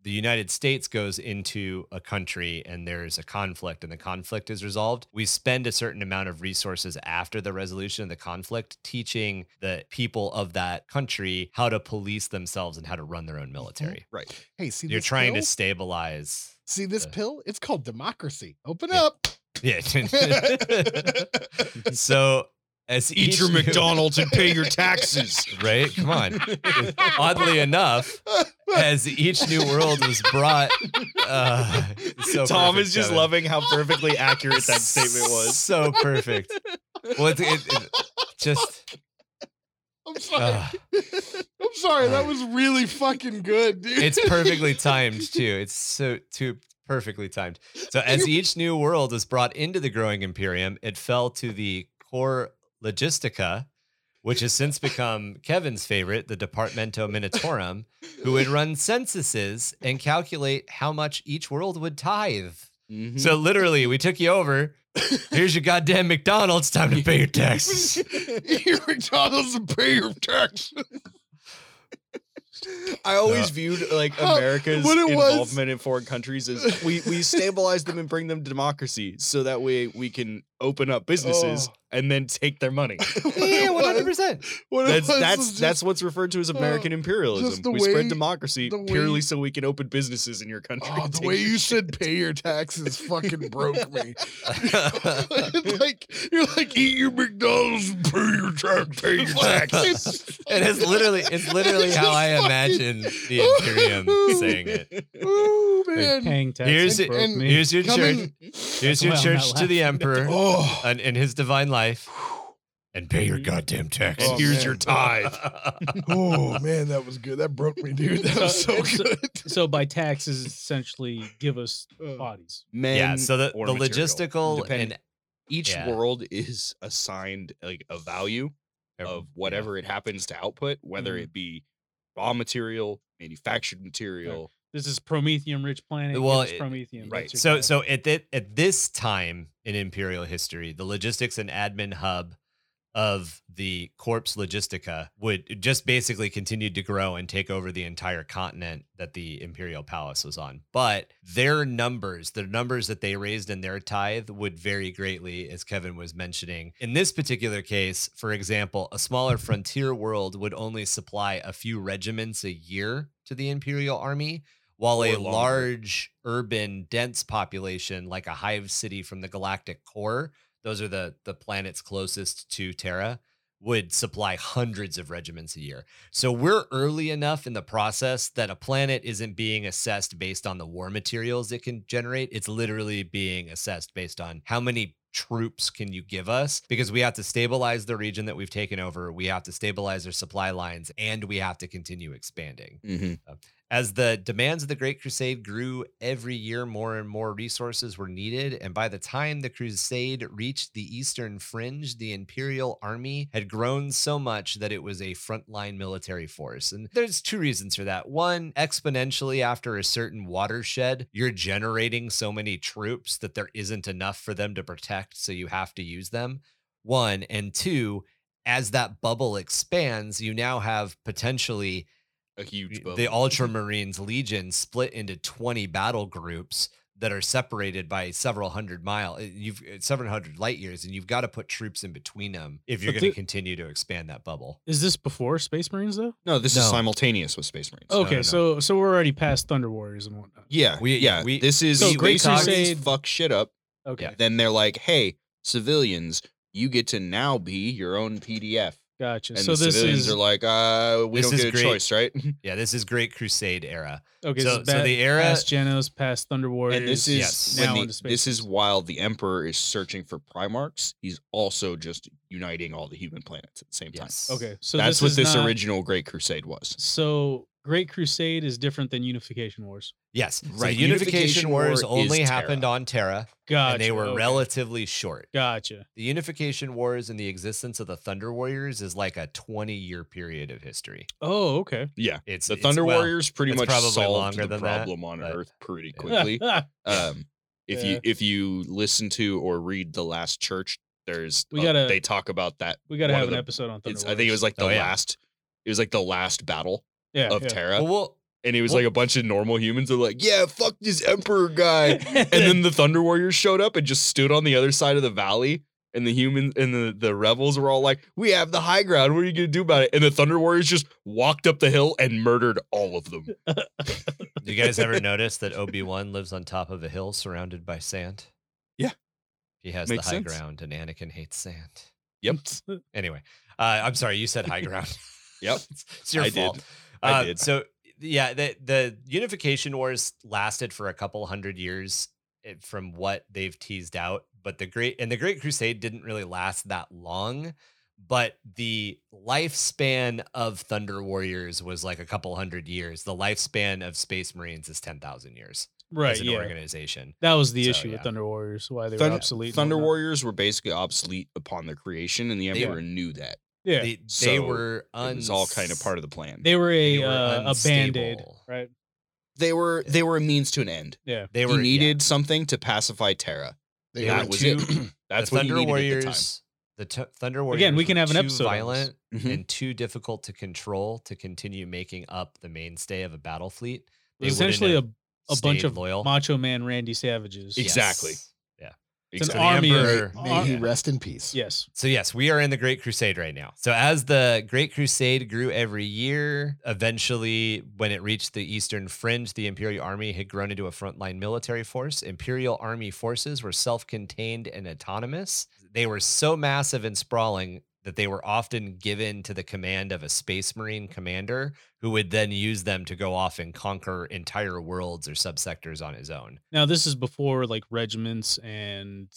A: the united states goes into a country and there's a conflict and the conflict is resolved we spend a certain amount of resources after the resolution of the conflict teaching the people of that country how to police themselves and how to run their own military
C: Right.
D: hey, see,
A: you're
D: this
A: trying
D: pill?
A: to stabilize
D: see this
A: uh,
D: pill. It's called democracy. Open
A: Yeah.
D: up.
A: yeah so as each new-
C: and pay your taxes.
A: right come on oddly enough, as each new world was brought, uh, so
C: Tom
A: perfect,
C: is just
A: Kevin.
C: loving how perfectly accurate that statement was.
A: So perfect. Well, it, it, it just
D: I'm sorry.
A: uh,
D: I'm sorry. That was really fucking good, dude.
A: it's perfectly timed too. It's so too perfectly timed. So as each new world was brought into the growing imperium, it fell to the core logistica, which has since become Kevin's favorite, the Departamento Minatorum, who would run censuses and calculate how much each world would tithe. So literally, we took you over. Here's your goddamn McDonald's. Time to pay your taxes.
D: Your McDonald's and pay your tax.
C: I always viewed like
D: How-
C: America's
D: what it was-
C: involvement in foreign countries as we we stabilize them and bring them to democracy, so that way we can open up businesses
D: Oh.
C: and then take their money.
A: yeah, one hundred percent.
D: What it
C: That's
D: was
C: that's
D: was just-
C: that's what's referred to as American imperialism.
D: the
C: We
D: way-
C: spread democracy
D: the way-
C: purely so we can open businesses in your country.
D: Oh,
C: and
D: the
C: take
D: way
C: your
D: you
C: shit.
D: said pay your taxes fucking broke me. like you're like eat your McDonald's and pay your tax, pay your taxes.
A: It is literally, it's literally
D: It's
A: how
D: just
A: I
D: fucking-
A: imagine the Imperium saying it.
D: Ooh Oh, man.
B: Paying taxes
A: Here's it-
B: broke
D: and-
B: me.
A: Here's your
D: Come
A: church.
D: in-
A: Here's your
B: Well, I'm not
A: church to the
B: laughing.
A: emperor
D: Oh,
A: and in his divine life. and pay your
B: Mhm.
A: goddamn tax.
C: And
D: Oh,
C: here's
D: man.
C: your tithe.
D: oh man, that was good. That broke me, dude. That was so
B: So- so-
D: good.
B: so by taxes, essentially, give us
D: Uh,
B: bodies.
C: Men
A: yeah, so the, the
C: or material,
A: logistical
C: depending-
A: and
C: each
A: yeah.
C: world is assigned like a value of whatever it happens to output, whether
B: Mhm.
C: it be raw material, manufactured material.
B: This is Prometheum rich planet. give
A: Well,
B: us
A: it-
B: Prometheum.
C: right.
B: that's your
A: So
B: tithe.
A: so at that at this time in imperial history, the logistics and admin hub of the Corpse Logistica would just basically continued to grow and take over the entire continent that the imperial palace was on. But their numbers, the numbers that they raised in their tithe would vary greatly as Kevin was mentioning. In this particular case, for example, a smaller frontier world would only supply a few regiments a year to the imperial army while
C: Or
A: a
C: longer.
A: large urban dense population like a hive city from the galactic core those are the the planets closest to terra would supply hundreds of regiments a year so we're early enough in the process that a planet isn't being assessed based on the war materials it can generate it's literally being assessed based on how many troops can you give us because we have to stabilize the region that we've taken over we have to stabilize our supply lines and we have to continue expanding
C: Mm-hmm.
A: as the demands of the Great Crusade grew every year, more and more resources were needed. And by the time the Crusade reached the Eastern Fringe, the Imperial Army had grown so much that it was a frontline military force. And there's two reasons for that. One, exponentially after a certain watershed, you're generating so many troops that there isn't enough for them to protect. So you have to use them. One. And two, as that bubble expands, you now have potentially
C: A huge Mm-hmm.
A: the-
C: boat.
A: the Ultramarines Legion split into 20 battle groups that are separated by several hundred mile uh, you've uh, 700 light years and you've got to put troops in between them if you're
B: But
A: going to
B: the-
A: continue to expand that bubble
B: is this before Space Marines though?
C: no, this
A: No.
C: is simultaneous with Space Marines.
A: no,
B: Okay,
A: no.
B: so so we're already past Thunder Warriors and whatnot.
C: Oh, yeah,
A: we-
C: yeah.
A: we-
C: this is
B: So
C: Space
B: Great
C: Marines
B: Crusade-
C: fuck shit up.
B: Okay,
C: Then they're like, hey, civilians, you get to now be your own PDF.
B: gotcha.
C: And
B: so
C: the
B: this
C: civilians
B: is
C: are like, uh, we
A: This
C: don't
A: is
C: get a
A: great-
C: choice, right?
A: yeah this is great crusade era
B: okay.
A: so-
B: this is
A: so
B: ba-
A: the era-
B: past Janos, past Thunder Warriors.
C: And this is
A: Yes.
C: when
B: now
C: the-
B: into Space
C: this is
B: Marines.
C: while the Emperor is searching for Primarchs. He's also just uniting all the human planets at the same time.
A: yes
B: okay. So
C: That's what
B: is
C: this
B: not-
C: original Great Crusade was.
B: So Great Crusade is different than Unification Wars.
A: yes so the
C: Right,
A: unification,
C: Unification
A: wars
C: War is
A: only happened
C: Terra.
A: on terra
B: Gotcha.
A: and they were
B: okay.
A: relatively short
B: Gotcha.
A: the unification wars and the existence of the thunder warriors is like a 20 year period of history
B: Oh, okay.
C: Yeah.
A: it's
C: The
A: it's-
C: Thunder
A: well,
C: Warriors pretty
A: it's
C: much
A: probably
C: solved
A: longer
C: the
A: than that,
C: problem on
A: but-
C: Earth pretty
A: Yeah.
C: quickly. um, if
B: Yeah.
C: you if you listen to or read the Last Church, there's
B: We
C: uh,
B: gotta-
C: they talk about that.
B: we got to
C: one
B: have
C: of
B: an
C: the-
B: episode on Thunder
C: It's, I think it was like the
A: Oh, yeah.
C: last. It was like the last battle
B: yeah,
C: of
B: yeah.
C: Terra,
A: well, we'll-
C: and it was
A: well-
C: like a bunch of normal humans are like, "Yeah, fuck this Emperor guy," and then the Thunder Warriors showed up and just stood on the other side of the valley. And the humans and the, the rebels were all like, We have the high ground. What are you gonna do about it? And the Thunder Warriors just walked up the hill and murdered all of them.
A: You guys ever notice that Obi Wan lives on top of a hill surrounded by sand?
C: Yeah.
A: He has
C: Makes
A: the high
C: sense.
A: ground, and Anakin hates sand.
C: Yep.
A: Anyway, uh, I'm sorry, you said high ground.
C: Yep.
A: it's, it's your
C: I did.
A: fault.
C: I
A: Uh,
C: did.
A: So yeah, the the unification wars lasted for a couple hundred years eh, from what they've teased out, but the great and the Great Crusade didn't really last that long. But the lifespan of Thunder Warriors was like a couple hundred years. The lifespan of Space Marines is ten thousand years
B: right,
A: as an
B: yeah.
A: organization.
B: That was the
A: So,
B: issue
A: yeah.
B: with Thunder Warriors, why they
C: Thun-
B: were obsolete. and
C: Thunder
B: whatnot.
C: Warriors were basically obsolete upon their creation, and the
A: They-
C: Emperor knew that.
B: Yeah.
A: They, they
C: So
A: were
C: it was all kind of part of the plan.
B: They were a
A: They were
B: uh, a band aid,
A: unstable.
B: right?
C: They were they were a means to an end.
B: Yeah.
A: they
C: you
A: were yeah.
C: needed something to pacify Terra.
D: They
A: Yeah,
C: that
D: were
C: was
D: too-
C: it. That's
A: the
C: what
A: Thunder
C: you needed
A: Warriors.
C: at
A: The t- Thunder Warriors
B: Again, we can
A: were
B: have an
A: too
B: episode on this.
A: Violent
C: the time.
A: and too difficult to control to continue making up the mainstay of a battle fleet.
B: It was essentially a
A: wouldn't
B: a
A: have
B: bunch
A: stayed
B: of
A: loyal.
B: Macho Man Randy Savages.
C: Ex- Exactly.
A: Yes.
B: It's
A: So
B: an
A: the
B: army of
A: Emperor-
D: May
B: Ar-
D: he rest in peace.
B: Yes.
A: So yes, we are in the Great Crusade right now. So as the Great Crusade grew every year, eventually when it reached the eastern fringe, the Imperial Army had grown into a frontline military force. Imperial Army forces were self-contained and autonomous. They were so massive and sprawling that they were often given to the command of a space marine commander who would then use them to go off and conquer entire worlds or subsectors on his own.
B: Now this is before like regiments and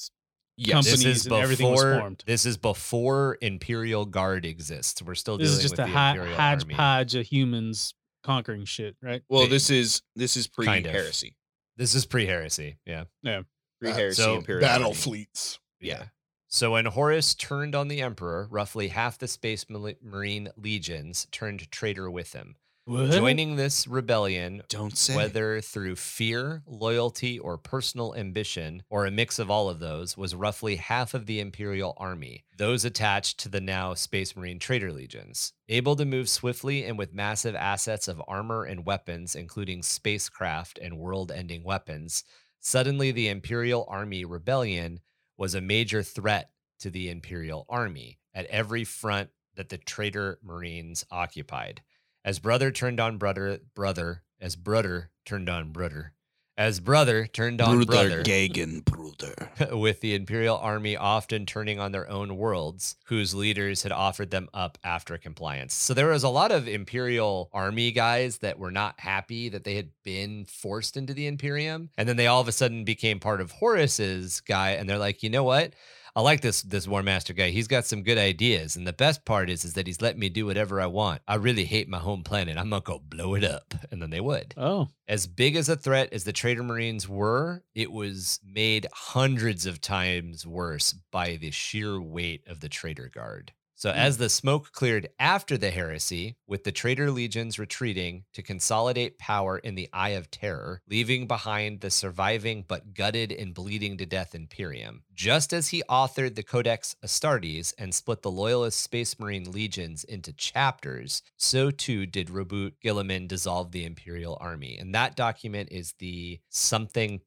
C: Yes.
B: Company-
C: This,
A: This is
B: companies and everything was
A: before.
B: formed.
A: This is before Imperial Guard exists. We're still
B: This
A: dealing
B: is just
A: with
B: a
A: the
B: ha-
A: Imperial Army.
B: hodgepodge of humans conquering shit, right?
C: well,
A: big.
C: this is this is pre
A: Kind of.
C: heresy.
A: This is pre-heresy. Yeah.
C: Pre heresy
A: So,
C: imperial.
D: Battle
C: Army.
D: fleets.
C: Yeah.
A: So when Horus turned on the Emperor, roughly half the Space Mali- Marine legions turned traitor with him.
B: What?
A: Joining this rebellion,
C: Don't say
A: whether through fear, loyalty, or personal ambition, or a mix of all of those, was roughly half of the Imperial Army, those attached to the now Space Marine Traitor Legions. Able to move swiftly and with massive assets of armor and weapons, including spacecraft and world ending weapons, suddenly the Imperial Army rebellion was a major threat to the Imperial Army at every front that the traitor Marines occupied. As brother turned on brother, brother, as brother turned on brother, as brother turned on brother,
C: Gagan Bruder.
A: with the Imperial Army often turning on their own worlds, whose leaders had offered them up after compliance. So there was a lot of Imperial Army guys that were not happy that they had been forced into the Imperium. And then they all of a sudden became part of Horus's guy, and they're like, you know what? I like this this War Master guy. He's got some good ideas, and the best part is is that he's letting me do whatever I want. I really hate my home planet. I'm gonna go blow it up, and then they would
B: Oh,
A: as big as a threat as the Trader Marines were, it was made hundreds of times worse by the sheer weight of the Trader Guard. So, as the smoke cleared after the heresy, with the Trader legions retreating to consolidate power in the Eye of Terror, leaving behind the surviving but gutted and bleeding to death Imperium, just as he authored the Codex Astartes and split the Loyalist Space Marine legions into chapters, so too did Reboot Gilliman dissolve the Imperial Army. And that document is the something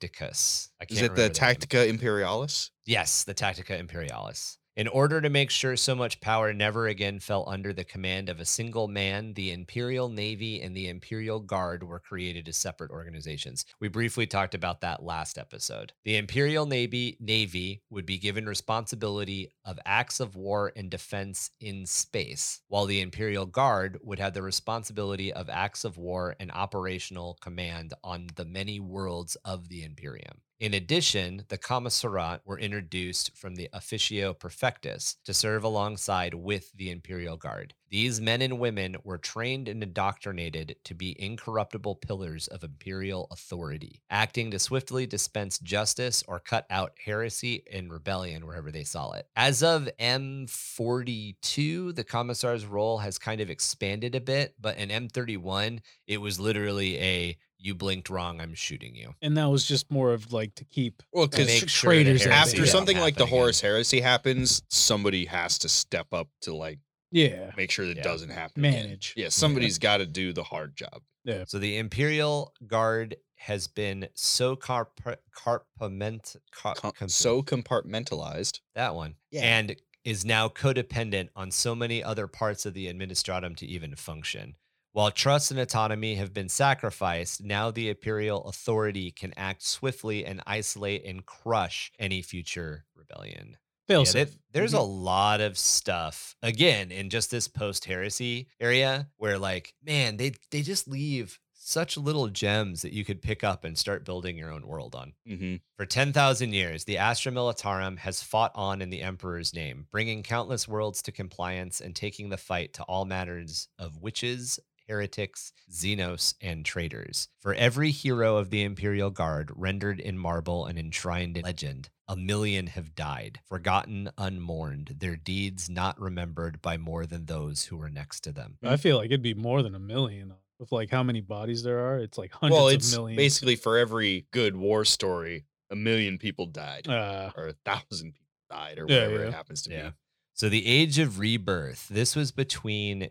A: Tacticus. I
C: Is
A: can't
C: it
A: remember
C: the
A: name.
C: Tactica Imperialis?
A: Yes, the Tactica Imperialis. In order to make sure so much power never again fell under the command of a single man, the Imperial Navy and the Imperial Guard were created as separate organizations. We briefly talked about that last episode. The Imperial Navy Navy would be given responsibility of acts of war and defense in space, while the Imperial Guard would have the responsibility of acts of war and operational command on the many worlds of the Imperium. In addition, the commissariat were introduced from the officio perfectus to serve alongside with the imperial guard. These men and women were trained and indoctrinated to be incorruptible pillars of imperial authority, acting to swiftly dispense justice or cut out heresy and rebellion wherever they saw it. As of M42, the commissar's role has kind of expanded a bit, but in M31, it was literally a you blinked wrong, I'm shooting you.
B: and that was just more of like to keep.
C: Well,
B: Because
A: make
C: because
B: tr-
A: sure the
B: traitors
A: heresy
C: after
B: Yeah.
A: doesn't
C: something like the
A: happen again.
C: Horus Heresy happens, somebody has to step up to like
B: Yeah,
C: make sure that
A: Yeah.
C: doesn't happen. again.
B: Manage.
C: Yeah, somebody's got to do the hard job.
A: So the Imperial Guard has been so carp- carpament car-
C: Com-
A: com-
C: so compartmentalized.
A: that one and is now codependent on so many other parts of the administratum to even function. While trust and autonomy have been sacrificed, now the imperial authority can act swiftly and isolate and crush any future rebellion.
B: fail
A: Yeah,
B: safe.
A: there- there's a lot of stuff again in just this post heresy area where like man they they just leave such little gems that you could pick up and start building your own world on.
C: Mm-hmm.
A: For 10,000 years, the Astra Militarum has fought on in the Emperor's name, bringing countless worlds to compliance and taking the fight to all matters of witches, heretics, xenos, and traitors. For every hero of the Imperial Guard, rendered in marble and enshrined in legend, a million have died, forgotten, unmourned, their deeds not remembered by more than those who were next to them.
B: I feel like it'd be more than a million with like how many bodies there are. It's like hundreds
C: Well, it's
B: of millions.
C: basically for every good war story, a million people died
B: uh,
C: or a thousand people died or
B: Yeah,
C: whatever
B: yeah.
C: it happens to
A: Yeah.
C: be.
A: So the age of rebirth, this was between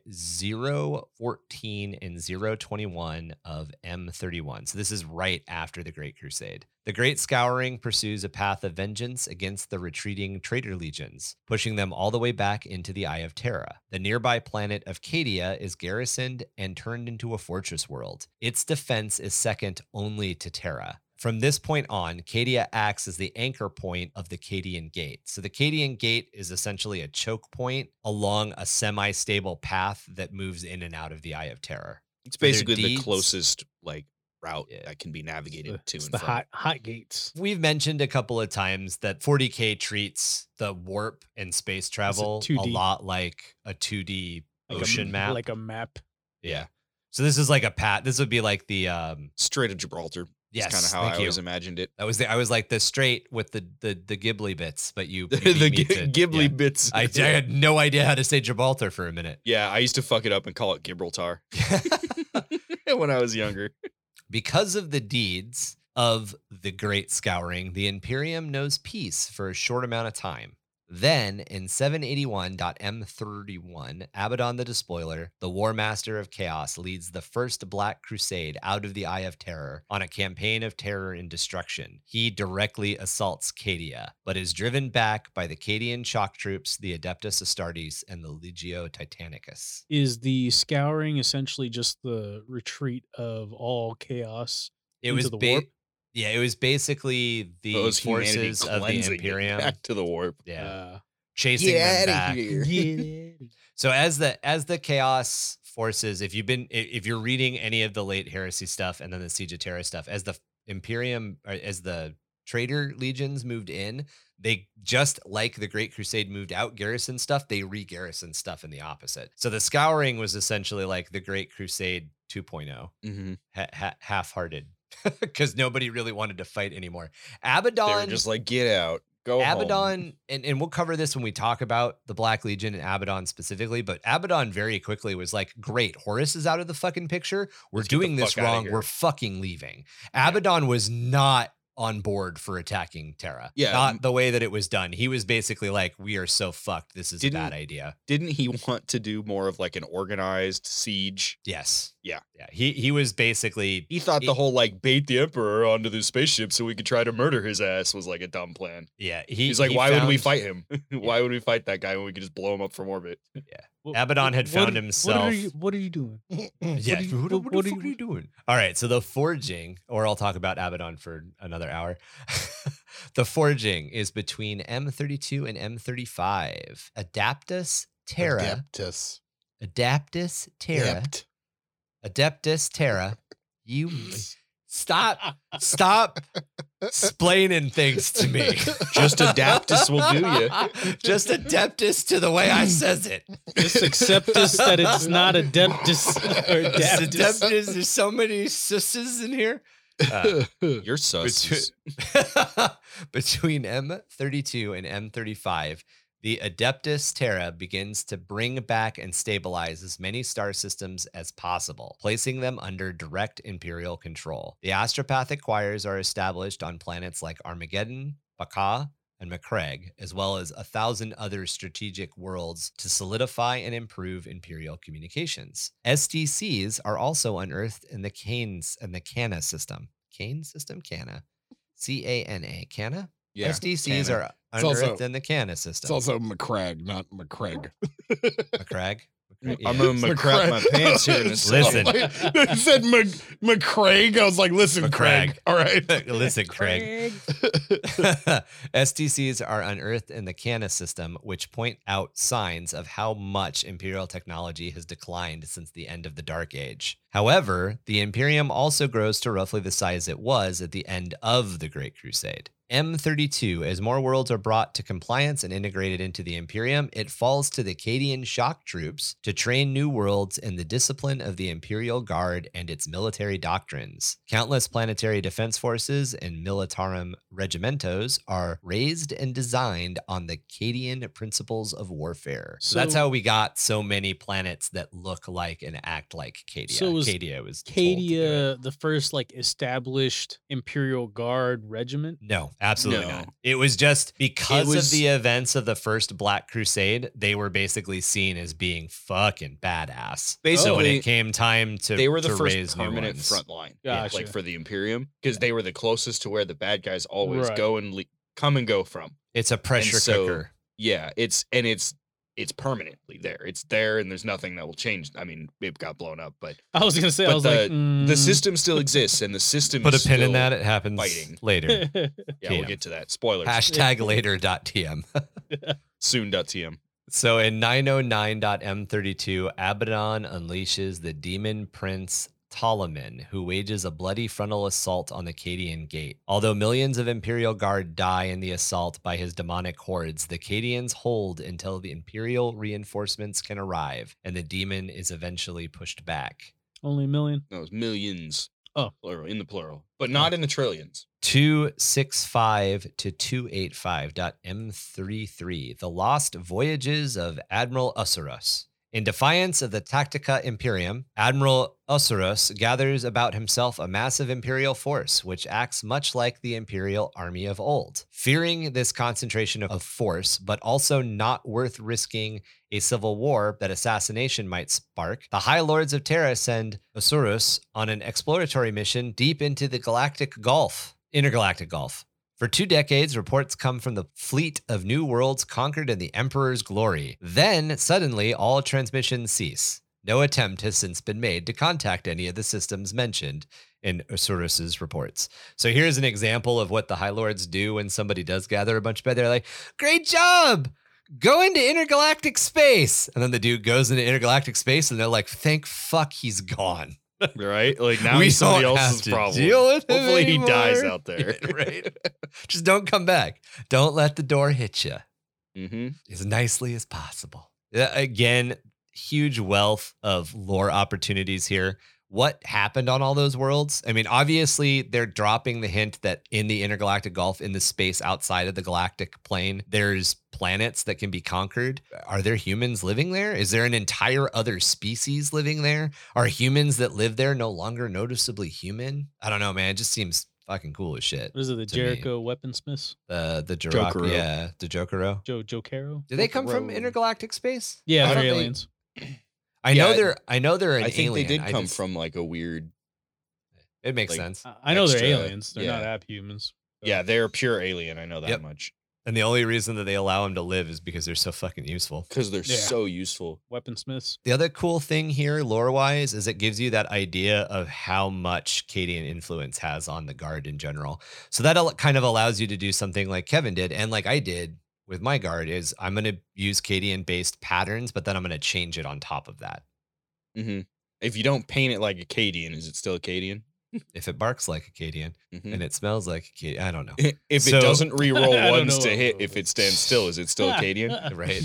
A: 014 and 021 of M31. So this is right after the Great Crusade. The Great Scouring pursues a path of vengeance against the retreating traitor legions, pushing them all the way back into the Eye of Terra. The nearby planet of Cadia is garrisoned and turned into a fortress world. Its defense is second only to Terra. From this point on, Cadia acts as the anchor point of the Cadian Gate. So the Cadian Gate is essentially a choke point along a semi-stable path that moves in and out of the Eye of Terror.
C: It's
A: For their
C: basically the
A: deeds-
C: closest like route
A: Yeah.
C: that can be navigated
E: It's
C: to
E: the
C: and from.
E: hot hot gates.
A: We've mentioned a couple of times that 40K treats the warp and space travel a,
E: 2D.
A: lot like a 2D
E: Like a
A: ocean
E: m-
A: map.
E: like a map.
A: yeah. So this is like a pat. This would be like the um
C: Straight of Gibraltar.
A: yes,
C: kind of how
A: thank
C: I
A: you.
C: always imagined it.
A: That was the I was like the straight with the the the Ghibli bits, but you, you
C: the
A: beat me
C: Ghi-
A: to-
C: Ghibli
A: yeah.
C: bits.
A: I, I had no idea how to say Gibraltar for a minute.
C: yeah, I used to fuck it up and call it Gibraltar when I was younger.
A: because of the deeds of the Great Scouring, the Imperium knows peace for a short amount of time. Then, in 781.m31, Abaddon the Despoiler, the War Master of Chaos, leads the first Black Crusade out of the Eye of Terror on a campaign of terror and destruction. He directly assaults Cadia, but is driven back by the Cadian shock troops, the Adeptus Astartes, and the Legio Titanicus.
B: Is the scouring essentially just the retreat of all chaos?
A: It
B: Into
A: was
B: the
A: ba-
B: warp?
A: yeah, it was basically the
C: Those humanity
A: forces of the
C: cleansing it
A: Imperium,
C: back to the warp.
A: yeah,
B: Uh,
A: chasing them back.
C: here.
A: So as the as the chaos forces, if you've been i- if you're reading any of the late heresy stuff and then the Siege of Terra stuff, as the Imperium or as the traitor legions moved in, they just like the Great Crusade moved out garrison stuff, they re-garrison stuff in the opposite. So the scouring was essentially like the Great Crusade oh. 2.0
C: Mhm.
A: ha- ha- half-hearted because nobody really wanted to fight anymore.
C: They were
A: Abaddon,
C: just like, get out, go home."
A: Abaddon, and, and we'll cover this when we talk about the Black Legion and Abaddon specifically, but Abaddon very quickly was like, great, Horus is out of the fucking picture. We're
C: Let's get the
A: doing this
C: fuck outta
A: wrong.
C: here."
A: We're fucking leaving. Abaddon was not on board for attacking Terra.
C: Yeah, m-
A: Not the way that it was done. He was basically like, we are so fucked. This is a
C: Didn't-
A: bad idea.
C: Didn't he want to do more of like an organized siege?
A: Yes.
C: Yeah.
A: Yeah. He he was basically
C: He thought the
A: It-
C: whole like bait the emperor onto the spaceship so we could try to murder his ass was like a dumb plan.
A: yeah. He,
C: He's like,
A: he
C: why would we
A: found-
C: fight him? why would we fight that guy when we could just blow him up from orbit?
B: wh-
A: Abaddon
B: wh-
A: had
B: what
A: found
B: are- What
A: himself-
B: are you, what are you doing?
A: Yeah.
B: do you-
A: what,
B: what-
A: what
B: what
A: the
B: do
A: fuck
B: you-
A: are you doing? All right. So the forging, or I'll talk about Abaddon for another hour. the forging is between M32 and M35. Adaptus Terra.
D: Adeptus.
A: Adaptus Terra. Adeptus Terra. You
D: Mm.
A: stop. Stop explaining things to me.
C: Just Adaptus will do
A: you. Just Adeptus to the way I says it.
B: Just accept us that it's not Adeptus or
A: Just
B: Adaptus.
A: Adeptus. There's so many sisses in here. Uh,
C: You're sus.
A: Between- Between M32 and M35, the Adeptus Terra begins to bring back and stabilize as many star systems as possible, placing them under direct Imperial control. The astropathic choirs are established on planets like Armageddon, Baca, and McCraig, as well as a thousand other strategic worlds to solidify and improve imperial communications. SDCs are also unearthed in the Canes and the Cana system. Cane system? Cana. C A N A. Cana?
C: yeah.
A: SDCs
C: Cana.
A: are
D: It's
A: unearthed
D: also-
A: in the Cana
D: It's
A: system.
D: also McCrag, not McCreg.
A: McCraig? McCraig,
C: I'm
A: yeah.
C: gonna crap my pants here in a
A: Listen.
C: second.
D: I said Mc, McCraig. I was like, listen, Craig.
A: McCrag.
D: All right.
A: Listen, Craig. STCs are unearthed in the Cana system, which point out signs of how much Imperial technology has declined since the end of the Dark Age. However, the Imperium also grows to roughly the size it was at the end of the Great Crusade. M32, as more worlds are brought to compliance and integrated into the Imperium, it falls to the Cadian shock troops to train new worlds in the discipline of the Imperial Guard and its military doctrines. Countless planetary defense forces and militarum regimentos are raised and designed on the Cadian principles of warfare. So, that's
B: So-
A: how we got so many planets that look like and act like Cadia.
B: So was
A: Cadia was told to do it.
B: Cadia, the first like established Imperial Guard regiment.
A: No, absolutely
C: No.
A: not. It was just because
C: was-
A: of the events of the first Black Crusade, they were basically seen as being fucking badass. so when
C: Basically,
A: it came time to
C: they were the
A: to
C: first
A: raise new
C: permanent
A: ones.
C: front line,
B: Gotcha.
C: like for the Imperium, because they were the closest to where the bad guys always
B: Right.
C: go and le- come and go from.
A: It's a pressure
C: so-
A: cooker.
C: Yeah, it's and it's it's permanently there. It's there, and there's nothing that will change. I mean, it got blown up, but
B: I was gonna say, I
C: But
B: was like,
C: the
B: mm.
C: system still exists, and the system.
A: Put a
C: is
A: pin in
C: still-
A: that. It happens
C: fighting.
A: later.
C: Yeah, we'll
A: TM.
C: get to that. Spoilers.
A: Hashtag later.tm.
C: Soon.tm.
A: So oh in 909.m32, Abaddon unleashes the demon prince Toloman, who wages a bloody frontal assault on the Cadian Gate. Although millions of Imperial Guard die in the assault by his demonic hordes, the Cadians hold until the Imperial reinforcements can arrive, and the demon is eventually pushed back.
B: Only a million.
C: No, it's millions.
B: Oh.
C: plural in the plural, but not in the trillions.
A: 265 to 285.m33 The Lost Voyages of Admiral Usurus. In defiance of the Tactica Imperium, Admiral Usurus gathers about himself a massive imperial force which acts much like the imperial army of old. Fearing this concentration of force, but also not worth risking a civil war that assassination might spark, the High Lords of Terra send Osurus on an exploratory mission deep into the galactic gulf, intergalactic gulf. For two decades, reports come from the fleet of new worlds conquered in the Emperor's glory. Then, suddenly, all transmissions cease. No attempt has since been made to contact any of the systems mentioned in Osurus's reports. So here's an example of what the High Lords do when somebody does gather a bunch of bed. They're like, great job! go into intergalactic space. And then the dude goes into intergalactic space and they're like, thank fuck he's gone.
C: Right? Like now
A: We
C: he's somebody
A: don't have
C: else's
A: to
C: problem.
A: deal with him
C: Hopefully he dies
A: anymore.
C: out there.
A: Yeah, right? Just don't come back. Don't let the door hit you
C: mm-hmm.
A: as nicely as possible. Yeah, Again, huge wealth of lore opportunities here. What happened on all those worlds? I mean, obviously, they're dropping the hint that in the intergalactic gulf, in the space outside of the galactic plane, there's planets that can be conquered. Are there humans living there? Is there an entire other species living there? Are humans that live there no longer noticeably human? I don't know, man. It just seems fucking cool as shit.
B: What is it? The
A: To me.
B: Jericho Weaponsmiths?
A: Uh, the Jirok,
C: Jokero.
A: yeah, the Jokero.
B: Joe Joe Caro?
A: Do they come from
C: Jokero.
A: intergalactic space? I
B: Yeah,
A: thought
B: they're
A: they-
B: aliens.
A: I
C: Yeah,
A: know
C: I-
A: they're. I know they're an
C: I think
A: alien.
C: they did
A: I
C: come
A: just-
C: from like a weird
A: It makes
C: like-
A: sense.
B: I I know they're
C: Extra-
B: aliens. They're not
C: yeah.
B: app humans.
C: Yeah, they're pure alien, I know that
A: Yep.
C: much.
A: And the only reason that they allow him to live is because they're so fucking useful.
C: Because they're
B: Yeah.
C: so useful.
B: Weaponsmiths.
A: The other cool thing here, lore wise, is it gives you that idea of how much Cadian influence has on the guard in general. So that al- kind of allows you to do something like Kevin did and like I did with my guard is I'm going to use Cadian based patterns, but then I'm going to change it on top of that.
C: hmm If you don't paint it like a Cadian, is it still a Cadian?
A: If it barks like a Cadian
C: Mhm.
A: and it smells like a Cadian, I don't know.
C: if
A: So-
C: it doesn't
B: I
C: re-roll
B: don't
C: ones
B: know
C: to
B: what-
C: hit, if it stands still, is it still Acadian?
A: Right.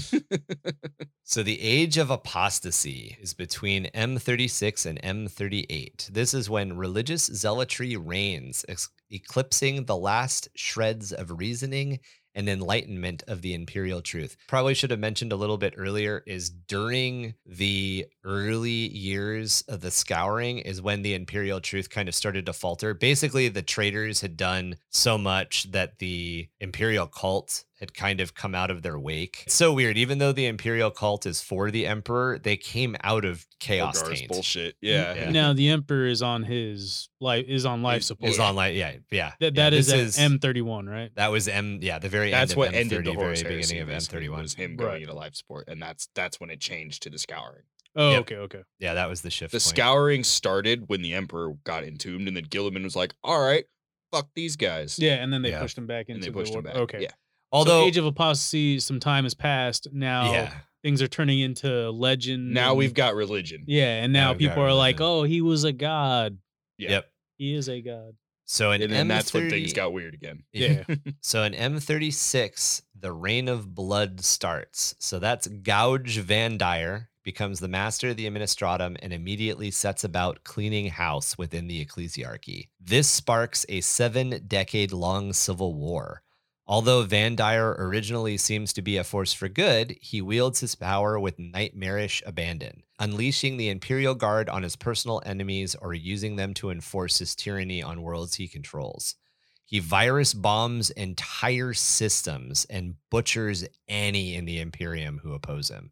A: So the age of apostasy is between M36 and M38. This is when religious zealotry reigns, ex- eclipsing the last shreds of reasoning and enlightenment of the imperial truth. Probably should have mentioned a little bit earlier is during the early years of the scouring is when the imperial truth kind of started to falter. Basically, the traitors had done so much that the imperial cult had kind of come out of their wake. It's so weird. Even though the imperial cult is for the emperor, they came out of chaos
C: Elgar's
A: taint. Mm-hmm.
C: bullshit. Yeah.
A: Yeah.
B: Now the emperor is on his life is on life support.
A: Is on like yeah yeah.
B: That
A: yeah,
B: that is
A: this
B: at M thirty one, right?
A: That was M. Yeah, the very
C: That's
A: end.
C: what
A: of M30,
C: ended the
A: very
C: Horus
A: beginning
C: Heresy.
A: of
C: basically,
A: M31.
C: Was him
B: Right.
C: going into life support, and that's that's when it changed to the scouring.
B: Oh,
A: Yep.
B: okay, okay.
A: Yeah, that was the shift.
C: The
A: point.
C: scouring started when the Emperor got entombed, and then Gilliman was like, "All right, fuck these guys."
B: Yeah, and then they
A: Yeah.
B: pushed him back
C: and
B: into
C: they pushed
B: the
C: him
B: war-
C: back.
B: Okay.
C: yeah,
A: Although
B: so Age of Apostasy, some time has passed. Now
A: yeah.
B: things are turning into legend.
C: now
B: and-
C: we've got religion.
B: Mm-hmm. Yeah, and
A: Now
B: now
A: we've got
B: people are like,
A: religion.
B: "Oh, he was a god.
C: Yeah.
A: Yep.
B: He is a god."
A: So an
C: and then that's when things
A: M30
C: got weird again.
B: Yeah.
A: So in M36, the reign of blood starts. So that's Gouge Van Dyer becomes the master of the administratum and immediately sets about cleaning house within the ecclesiarchy. This sparks a seven decade long civil war. Although Van Dyer originally seems to be a force for good, he wields his power with nightmarish abandon, unleashing the Imperial Guard on his personal enemies or using them to enforce his tyranny on worlds he controls. He virus bombs entire systems and butchers any in the Imperium who oppose him.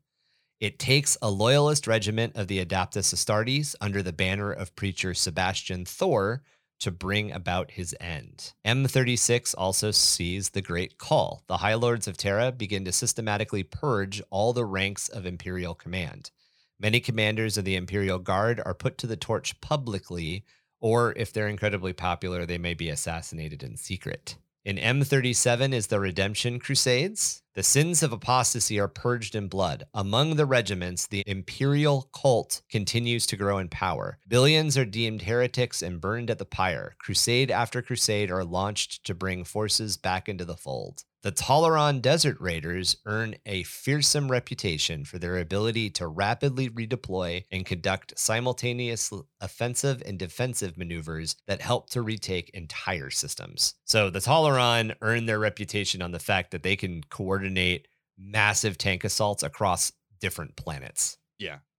A: It takes a loyalist regiment of the Adaptus Astartes under the banner of preacher Sebastian Thor to bring about his end. M36 also sees the Great Call. The High Lords of Terra begin to systematically purge all the ranks of Imperial Command. Many commanders of the Imperial Guard are put to the torch publicly or if they're incredibly popular, they may be assassinated in secret. In M37 is the Redemption Crusades. The sins of apostasy are purged in blood. Among the regiments, the imperial cult continues to grow in power. Billions are deemed heretics and burned at the pyre. Crusade after crusade are launched to bring forces back into the fold. The Toleran Desert Raiders earn a fearsome reputation for their ability to rapidly redeploy and conduct simultaneous l- offensive and defensive maneuvers that help to retake entire systems. So the Toleran earn their reputation on the fact that they can coordinate massive tank assaults across different planets.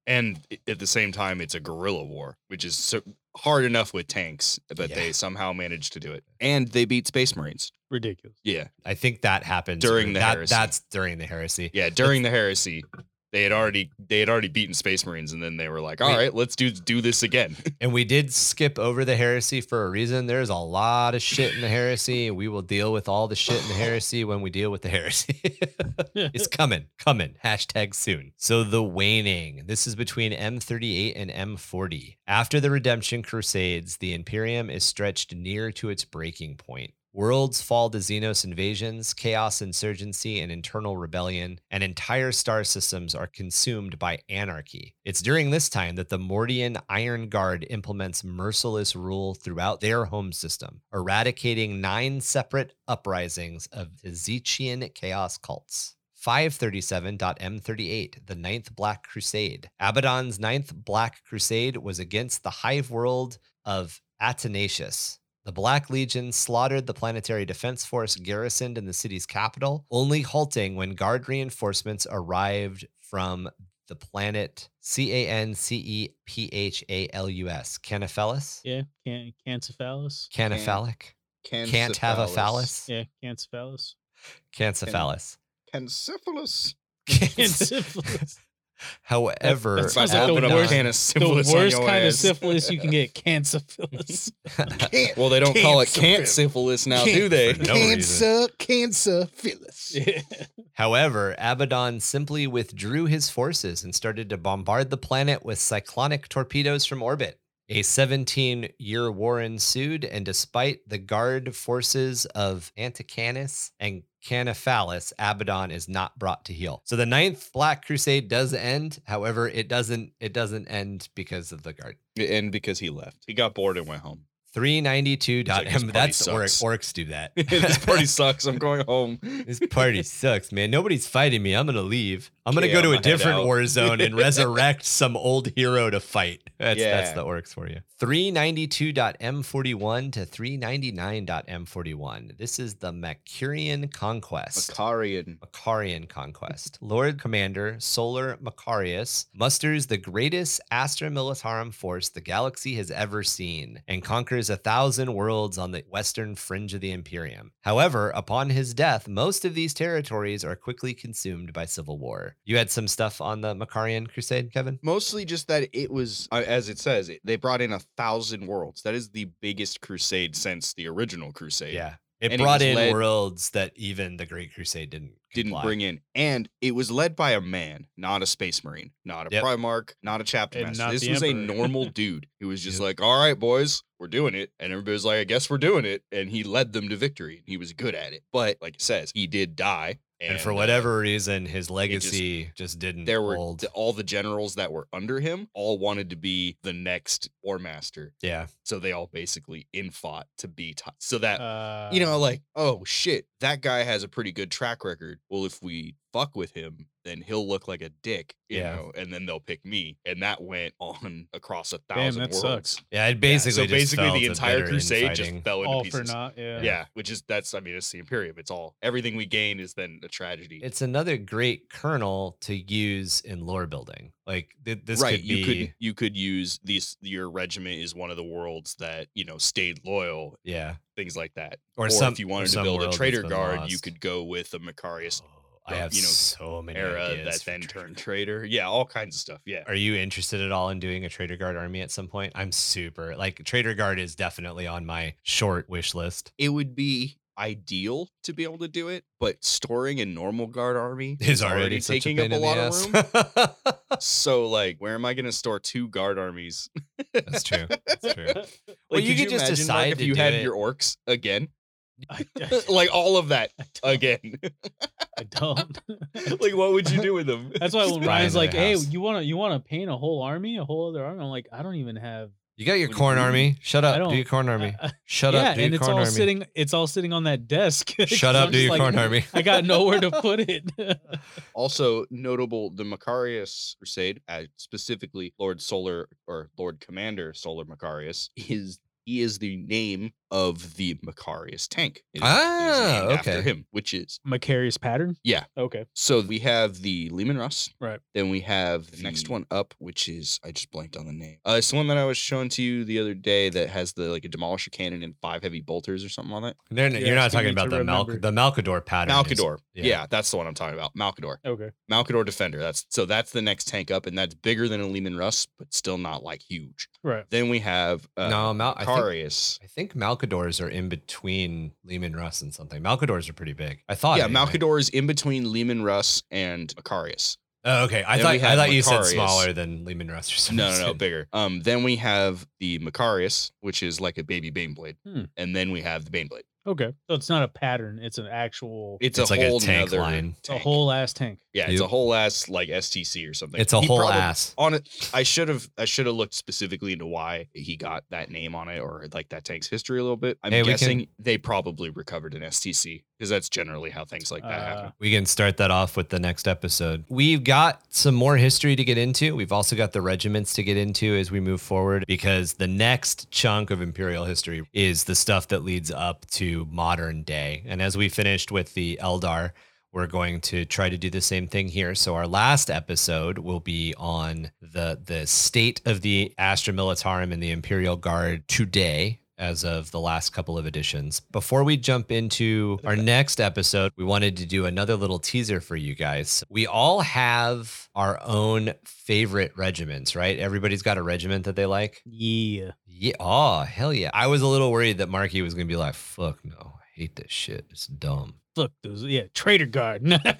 C: and i- at the same time it's a guerrilla war which is so hard enough with tanks but
A: Yeah.
C: they somehow managed to do it and they beat space marines
B: Ridiculous.
C: yeah
A: I think that happens
C: During the
A: that-
C: heresy.
A: That's during the heresy.
C: yeah during the heresy they had already they had already beaten space marines and then they were like all
A: Wait.
C: right let's do do this again
A: And we did skip over the heresy for a reason. There's a lot of shit in the heresy. and We will deal with all the shit in the heresy when we deal with the heresy. it's coming, coming. Hashtag soon. So the waning. This is between M38 and M40. After the Redemption Crusades, the Imperium is stretched near to its breaking point. Worlds fall to Xenos invasions, chaos insurgency, and internal rebellion, and entire star systems are consumed by anarchy. It's during this time that the Mordian Iron Guard implements merciless rule throughout their home system, eradicating nine separate uprisings of Ezechian chaos cults. 537.m38, the Ninth Black Crusade. Abaddon's Ninth Black Crusade was against the hive world of Atanasius. The Black Legion slaughtered the planetary defense force garrisoned in the city's capital, only halting when guard reinforcements arrived from the planet C A N C E P H A L U S. Canaphallus?
B: Yeah. Can cancephalus.
A: Canaphalic? Can't have a phallus?
B: Yeah, cancephalus.
A: Cancephalus.
C: Cancephalus.
B: Cancephalus.
A: However,
B: That sounds
C: If I
B: like the
C: open up
B: worst-
C: can of
B: the
C: syphilis
B: worst
C: on
B: kind
C: your
B: of
C: ass.
B: syphilis you can get, cancephalus.
D: Can't,
C: Well, they don't call it can't
D: Can't
C: syphilis now,
D: Can't
C: do they?
A: for no
D: cancer, cancer, Phyllis.
B: yeah.
A: However, Abaddon simply withdrew his forces and started to bombard the planet with cyclonic torpedoes from orbit. A 17 year war ensued, and despite the guard forces of Anticanus and Canaphallus, Abaddon is not brought to heel. So the Ninth Black Crusade does end. However, it doesn't it doesn't end because of the guard.
C: And because he left, he got bored and went home.
A: 392.
C: Like, this party
A: That's orc,
C: sucks.
A: orcs do that.
C: this party sucks. I'm going home.
A: This party sucks, man. Nobody's fighting me. I'm gonna leave. I'm gonna
C: Yeah,
A: go to
C: I'm
A: a
C: gonna head
A: different
C: out.
A: war zone and resurrect some old hero to fight. That's that's
C: Yeah.
A: the orcs for you. 392.m41 to 399.m41. This is the Macurian Conquest.
C: Macarian.
A: Macarian conquest. Lord Commander Solar Macarius musters the greatest Astra Militarum force the galaxy has ever seen and conquers a thousand worlds on the western fringe of the Imperium. However, upon his death, most of these territories are quickly consumed by civil war. You had some stuff on the Macarian Crusade, Kevin?
C: Mostly just that it was, uh, as it says, it, they brought in a thousand worlds. That is the biggest crusade since the original crusade.
A: It
C: And it
A: brought
C: was
A: in
C: led-
A: worlds that even the Great Crusade didn't
C: didn't
A: comply.
C: bring in, and it was led by a man, not a space marine, not a
A: Yep.
C: primarch, not a chapter
B: And
C: master.
B: not
C: This
B: the
C: was a
B: emperor.
C: normal dude who was just
A: Yep.
C: like, "All right, boys, we're doing it," and everybody's like, "I guess we're doing it," and he led them to victory. He was good at it, but like it says, he did die,
A: And, for
C: uh,
A: whatever reason, his
C: just-
A: legacy just, didn't
C: There were
A: hold.
C: th- all the generals that were under him all wanted to be the next war master,
A: yeah.
C: so they all basically infought to be t- so that
B: Uh,
C: you know, like, oh shit, that guy has a pretty good track record. Well, if we fuck with him, then he'll look like a dick, you
A: Yeah.
C: know, and then they'll pick me. And that went on across a
B: Damn,
C: thousand
B: that
C: worlds.
B: sucks.
A: Yeah, it
C: Yeah,
A: basically
C: so basically, the entire crusade just fell into
B: All for
C: pieces.
B: naught. Yeah.
C: yeah. which is that's I mean, it's the Imperium. It's all everything we gain is then a tragedy.
A: It's another great kernel to use in lore building. Like th- this
C: right,
A: could be.
C: you could you could use these. Your regiment is one of the worlds that you know stayed loyal,
A: yeah,
C: things like that.
A: or,
C: Or,
A: some.
C: if you wanted to
A: some
C: build a
A: world that's
C: traitor
A: been
C: guard, you
A: lost.
C: could go with a Macarius
A: Oh, I
C: uh,
A: have
C: you know,
A: so many
C: era
A: ideas
C: that
A: for
C: then
A: traitor
C: turned traitor. Yeah, all kinds of stuff. Yeah.
A: Are you interested at all in doing a Trader Guard army at some point? I'm super like Trader Guard is definitely on my short wish list.
C: It would be ideal to be able to do it, but storing a normal guard army
A: Is already, such
C: taking
A: a pain
C: up a
A: in
C: lot
A: the
C: of room.
A: ass.
C: so like, where am I going to store two guard armies?
A: That's true. That's true.
C: Like,
A: you could just
C: imagine,
A: decide
C: like, if
A: to
C: you
A: do
C: had
A: it-
C: your orcs again.
B: I, I,
C: like all of that again.
B: I don't.
C: like, what would you do with them?
B: That's why
C: Just
B: when
A: buy
B: Ryan's
A: another
B: like, "Hey,
A: house."
B: you want to you want to paint a whole army, a whole other army?" I'm like, "I don't even have."
A: You got your
C: What do you
A: corn
C: mean?
A: army. Shut
B: I
A: up.
B: don't-
A: Do your corn army.
B: I- I-
A: Shut
B: yeah,
A: up. Do
B: and
A: your
B: it's
A: corn
B: all
A: army.
B: sitting. It's all sitting on that desk. 'Cause
A: Shut up.
B: I'm
A: Do
B: just
A: your
B: like,
A: corn army.
B: I got nowhere to put it.
C: Also notable, the Macarius Crusade, uh, specifically Lord Solar or Lord Commander Solar Macarius, is he is the name of the Macarius tank. It is- it is
A: Ah,
C: named After
A: okay.
C: him, which is
B: Macarius pattern.
C: Yeah.
B: Okay.
C: so we have the Lehman Russ,
B: Right.
C: Then we have the next
D: The-
C: one up, which is I just blanked on the name. Uh, it's the one that I was showing to you the other day that has the like a demolisher cannon and five heavy bolters or something on it.
A: They're n-
B: Yeah,
A: you're not
B: something
A: talking about
B: to
A: the Malc-
B: remember.
A: the Malkador pattern. is-
C: Malkador,
A: yeah.
C: yeah. that's the one I'm talking about. Malkador,
B: Okay.
C: Malkador Defender. That's so that's the next tank up, and that's bigger than a Lehman Russ, but still not like huge.
B: Right.
C: Then we have uh,
A: no, Mal- I think,
C: Macarius.
A: I think Malkadors are in between Lehman Russ and something. Malkadors are pretty big. I thought.
C: yeah,
A: anyway.
C: Malkador is in between Lehman Russ and Macarius.
A: Oh, okay. I
C: Then
A: thought
C: we
A: I
C: have
A: thought you said
C: Macarius.
A: smaller than Lehman Russ or something.
C: No, no, no, bigger. Um, then we have the Macarius, which is like a baby Baneblade,
B: Hmm.
C: and then we have the Baneblade.
B: Okay. So it's not a pattern. It's an actual.
C: It's,
A: It's
C: a
A: like a
C: whole
A: tank
C: nother
A: line.
B: It's a
C: tank.
B: whole ass tank.
C: yeah, it's a
A: Yep.
C: whole ass like STC or something.
A: It's a
C: He
A: whole
C: probab-
A: ass.
C: on it i should have i should have looked specifically into why he got that name on it or like that tank's history a little bit i'm
A: Hey, we can-
C: guessing they probably recovered an stc because that's generally how things like that
B: Uh,
C: happen
A: We can start that off with the next episode. We've got some more history to get into. We've also got the regiments to get into as we move forward because the next chunk of imperial history is the stuff that leads up to modern day. And as we finished with the Eldar, we're going to try to do the same thing here. So our last episode will be on the the state of the Astra Militarum and the Imperial Guard today as of the last couple of editions. Before we jump into our next episode, we wanted to do another little teaser for you guys. We all have our own favorite regiments, right? Everybody's got a regiment that they like.
B: Yeah.
A: Yeah. Oh, hell yeah. I was a little worried that Marky was going to be like, fuck no. I hate this shit. It's dumb.
B: Fuck those. Yeah. Traitor guard.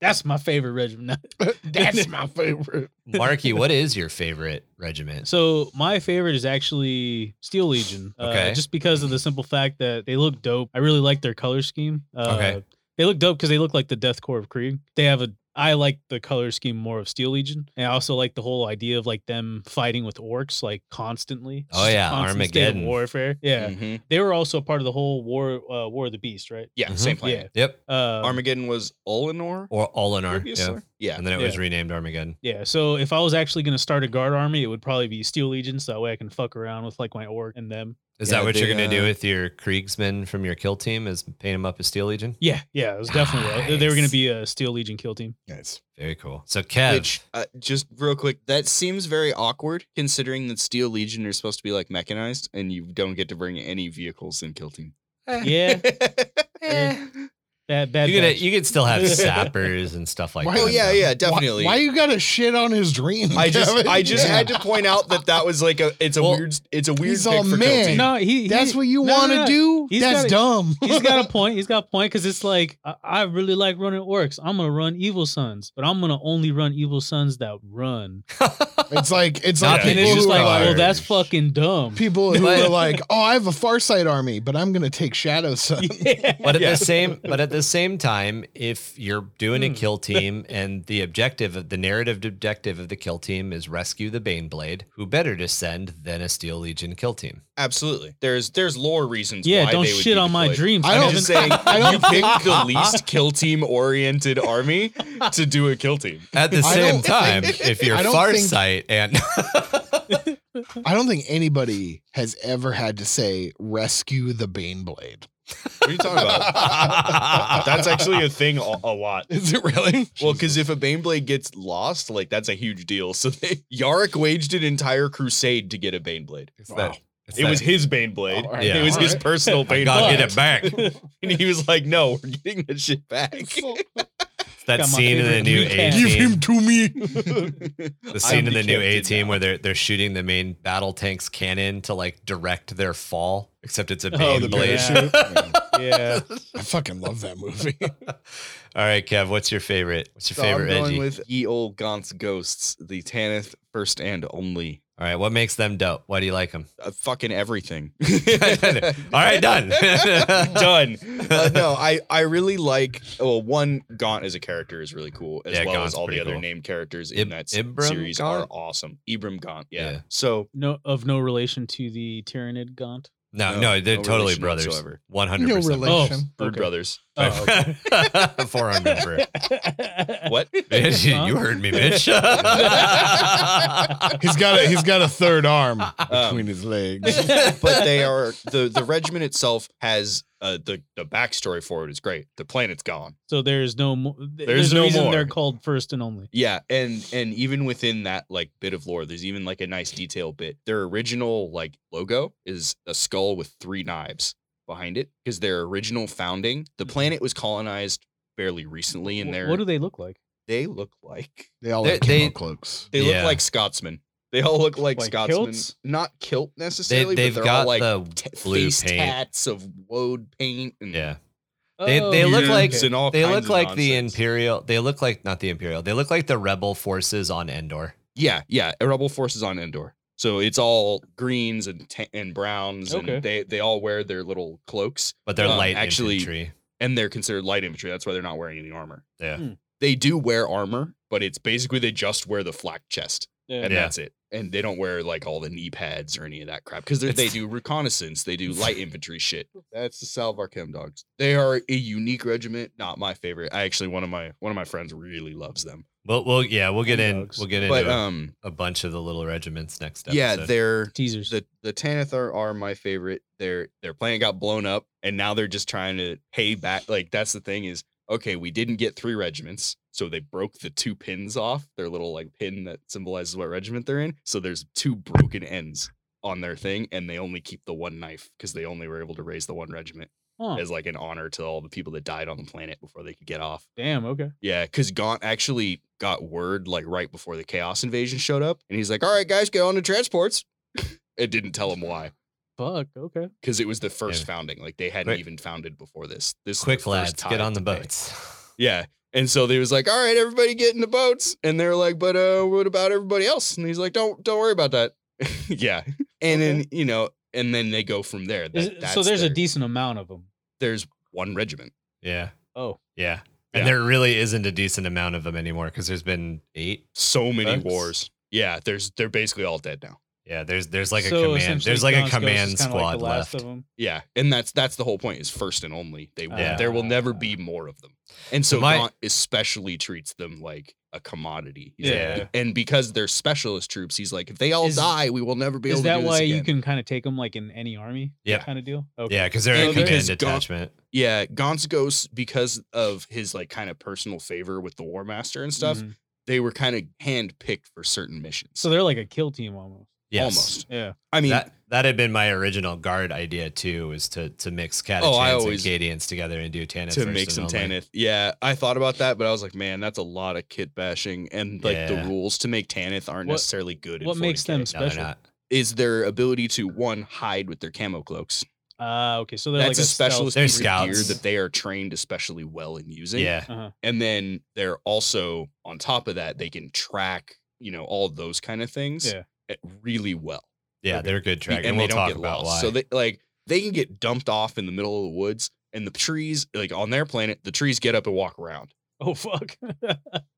B: That's my favorite regiment.
D: That's my favorite.
A: Marky, what is your favorite regiment?
B: So my favorite is actually Steel Legion. Uh,
A: Okay.
B: Just because of the simple fact that they look dope. I really like their color scheme. Uh,
A: Okay.
B: They look dope because they look like the Death Corps of Krieg. They have a. I like the color scheme more of Steel Legion, and I also like the whole idea of like them fighting with orcs like constantly.
A: Oh, yeah,
B: Constant state of
A: Armageddon. Hmm.
B: warfare. Yeah,
C: Mhm.
B: they were also a part of the whole war, uh, War of the Beast, right?
C: yeah
A: Mhm.
C: same planet
A: Yep.
B: Uh,
C: armageddon was olinor
A: Or Olinar. Yeah.
C: previously? yeah
A: And then it was
B: Yeah.
A: renamed Armageddon.
B: Yeah, so if I was actually gonna start a guard army, it would probably be Steel Legion, so that way I can fuck around with like my orc and them.
A: Is
C: Yeah,
A: that what
C: they,
A: you're going to do
C: uh,
A: with your Kriegsmen from your kill team? Is paint them up as Steel Legion?
B: Yeah, yeah, it was definitely what- they were gonna
A: Nice.
B: be a Steel Legion kill team.
D: Nice.
A: Very cool. So, Kev,
C: which uh, just real quick that seems very awkward considering that steel legion are supposed to be like mechanized and you don't get to bring any vehicles in kill team
B: Yeah, bad, bad.
A: you could
B: batch.
A: you could still have sappers and stuff like
D: Why-
A: that.
C: oh yeah
A: though.
C: yeah
D: Why-
C: definitely
D: Why, you gotta shit on his dream?
C: I just
D: Kevin?
C: I just
D: Yeah.
C: had to point out that that was like a it's a
A: Well,
C: weird it's a weird
D: he's
C: pick
D: all
C: for
D: man.
C: Kilty.
B: no, he.
D: That's
B: he-
D: what you
B: no,
D: want to
B: no, no.
D: do.
B: He's gotta-
D: That's dumb.
B: He's got a point. He's got a point because it's like I, I really like running orcs. I'm gonna run evil sons, but I'm gonna only run evil sons that run.
D: it's like it's
A: Not
D: like
A: that
B: And
D: people
B: it's
A: Evil
B: just
D: who
B: like,
D: are
A: sons.
B: well,
D: like
B: that's fucking dumb.
D: people who
A: But-
D: are like, oh, I have a Farsight army, but I'm gonna take Shadow Sun.
B: Yeah.
A: But at
C: Yeah.
A: the same but at the same time, if you're doing a
B: Hmm.
A: kill team and the objective of the narrative objective of the kill team is rescue the Baneblade, who better to send than a Steel Legion kill team?
C: Absolutely. There's there's lore reasons.
B: yeah,
C: why
B: don't
C: they would
B: shit
C: be
B: on my
C: deployed.
B: dreams.
D: I
C: I'm
D: don't
B: Kevin.
C: just saying
D: I
C: you
D: don't
C: pick the least kill team oriented army to do a kill team.
A: At the
D: I
A: same
D: don't
A: time,
D: think-
A: if you're
D: I don't think-
A: Farsight and
D: I don't think anybody has ever had to say rescue the Baneblade.
C: What are you talking about? that's actually a thing a, a lot.
D: Is it really?
C: Well, because if a Baneblade gets lost, like that's a huge deal. So they, Yarick waged an entire crusade to get a Baneblade.
A: It's
D: Wow.
A: that- it's
C: It
A: that-
C: was his Baneblade.
D: All right,
A: Yeah.
C: It was
D: all
C: his
D: right.
C: personal
A: I gotta
C: Baneblade.
A: get it back.
C: And he was like, no, we're getting that shit back.
A: It's that
B: Got my
A: scene in the
B: favorite
A: new
B: recap.
A: A
D: Give
A: team.
D: him to me.
A: The scene in the new A
C: decamped
A: team
C: now.
A: where they're they're shooting the main battle tank's cannon to like direct their fall, except it's a
B: Oh,
A: Bane
D: Oh,
B: the
D: the
A: blade.
D: parachute.
B: yeah.
D: I fucking love that movie.
A: All right, Kev, what's your favorite? What's your
C: So
A: favorite
C: I'm going
A: Reggie?
C: with Ye Ol' Gaunt's Ghosts, the Tanith first and only
A: All right, what makes them dope? Why do you like them?
C: Uh, fucking everything.
A: All right, done.
C: done. Uh, no, I I really like. Well, one Gaunt as a character is really cool, as
A: Yeah,
C: well
A: Gaunt's
C: as all the
A: pretty
C: other
A: cool.
C: named characters
A: Ib-
C: in that
A: Ibram
C: series are
A: Gaunt?
C: awesome. Ibram Gaunt, yeah.
A: Yeah.
C: So
B: No, of no relation to the Tyranid Gaunt. Oh,
A: No, no,
C: No,
A: they're
C: no
A: totally
C: relation
A: brothers.
C: whatsoever.
A: One hundred
D: No
A: percent.
D: relation.
C: Bird
B: okay.
C: Brothers. uh,
B: Oh,
A: Four hundred for
C: What?
A: bitch.
B: Huh?
A: You heard me, bitch.
D: He's got a he's got a third arm
C: Um,
D: between his
A: Oh.
D: legs.
C: but they are the the regiment itself has uh, the the backstory for it is great. The planet's gone.
B: So there's no more. There's,
C: There's
B: no
C: no
B: reason
C: more.
B: they're called first and only.
C: Yeah, and and even within that like bit of lore, there's even like a nice detail bit. Their original like logo is a skull with three knives behind it because their original founding, the
B: Mhm.
C: planet was colonized fairly recently, and
B: Wh-
C: they're
B: What do they look like?
C: they look like
D: They all
A: They-
D: have
A: they-
D: camo cloaks.
C: they
A: Yeah.
C: look like Scotsmen. They all look like,
B: Like
C: Scotsmen,
B: kilts?
C: not kilt necessarily.
A: They,
C: They,
A: they've
C: have but they're
A: got
C: all, like
A: the
C: t-
A: blue
C: face
A: paint.
C: tats of woad paint. And
A: Yeah, They- they
B: Oh,
A: look
B: okay.
A: like-
C: boobs and all
A: they
C: kinds
A: look
C: of
A: like the
C: nonsense.
A: imperial. They look like not the imperial. They look like the rebel forces on Endor.
C: Yeah, yeah. a Rebel forces on Endor. So it's all greens and ta- and browns,
B: Okay.
C: and they they all wear their little cloaks,
A: But they're
C: Um,
A: light
C: actually-
A: infantry.
C: and they're considered light infantry. That's why they're not wearing any armor.
A: Yeah.
B: Hmm.
C: They do wear armor, but it's basically they just wear the flak chest,
B: Yeah.
C: and
A: Yeah.
C: that's it. And they don't wear like all the knee pads or any of that crap because
A: It's-
C: they do reconnaissance, they do light infantry shit. That's the Salvar Chem dogs. They are a unique regiment. Not my favorite. I actually one of my one of my friends really loves them,
A: Well, well, yeah, we'll get in.
B: Bulldogs.
A: We'll get into
C: but
A: a-
C: um,
A: a bunch of the little regiments next episode.
C: yeah, they're
B: Teasers.
C: the the Tanith are, are my favorite. Their their plan got blown up, and now they're just trying to pay back. Like that's the thing is, okay, we didn't get three regiments, so they broke the two pins off their little like pin that symbolizes what regiment they're in. So there's two broken ends on their thing, and they only keep the one knife because they only were able to raise the one regiment
B: Huh.
C: as like an honor to all the people that died on the planet before they could get off.
B: Damn. Okay.
C: Yeah, because Gaunt actually got word like right before the Chaos Invasion showed up, and he's like, "All right, guys, get on the transports." it didn't tell him why
B: Fuck. Okay.
C: because it was the first
A: Yeah.
C: founding. Like they hadn't
A: Quick-
C: even founded before this. This is the
A: quick
C: first
A: lads, get
C: tie
A: on the
C: to pay.
A: boats.
C: Yeah. And so they was like, "All right, everybody get in the boats." And they're like, "But uh, what about everybody else?" And he's like, "Don't don't worry about that." yeah. And then you know, and then they go from there.
B: Is
C: That-
B: it- so
C: that's
B: there's a
C: their-
B: decent amount of them.
C: there's one regiment.
A: Yeah,
B: Oh.
A: yeah. And
C: Yeah.
A: there really isn't a decent amount of them anymore because there's been eight.
C: So many
A: Folks.
C: wars. Yeah, there's they're basically all dead now.
A: Yeah, there's there's like
B: So
A: a command.
B: essentially
A: There's like
B: Gaunt's
A: a
B: Ghost is
A: command
B: kinda like
A: squad
B: the last
A: left.
B: of 'em.
C: Yeah, and that's that's the whole point is first and only. They
B: Yeah.
C: there will never be more of them, and so
A: My-
C: Gaunt especially treats them like a commodity. He's like,
A: Yeah.
C: and because they're specialist troops, he's like, if they all
B: Is-
C: die, we will never be able
B: Is
C: to.
B: that
C: do
B: why
C: this
B: you
C: again."
B: can kind of take them like in any army?
A: Yeah.
B: Kind of deal. Okay.
A: Yeah, because they're
C: So
A: a
C: there's-
A: command
C: Gaunt-
A: detachment.
C: Yeah, Gaunt's ghosts because of his like kind of personal favor with the War Master and stuff.
B: Mhm.
C: They were kind of handpicked for certain missions.
B: So they're like a kill team almost.
A: Yes.
C: almost.
B: Yeah.
C: I mean,
A: that that had been my original guard idea too, is to to mix Catachans
C: Oh, I
A: and
C: always-
A: Cadians together and do Tanith
C: to
A: first
C: make
A: and
C: some
A: only.
C: Tanith. Yeah, I thought about that, but I was like, man, that's a lot of kit bashing, and like
A: Yeah.
C: the rules to make Tanith aren't
B: What-
C: necessarily good. in
B: what makes
C: 40K.
B: them
A: No, they're
B: special?
A: not.
C: is their ability to one hide with their camo cloaks.
B: Ah, okay. So they're
C: That's
B: like
C: a specialist
A: They're
C: piece of gear
A: scouts.
C: that they are trained especially well in using.
A: Yeah,
B: uh
C: and then they're also on top of that they can track you know all those kind of things
B: Yeah.
C: eh, really well,
A: yeah,
C: Okay.
A: they're good track, and,
C: they
A: we'll talk about why.
C: So they like they can get dumped off in the middle of the woods, and the trees like on their planet the trees get up and walk around.
B: Oh fuck.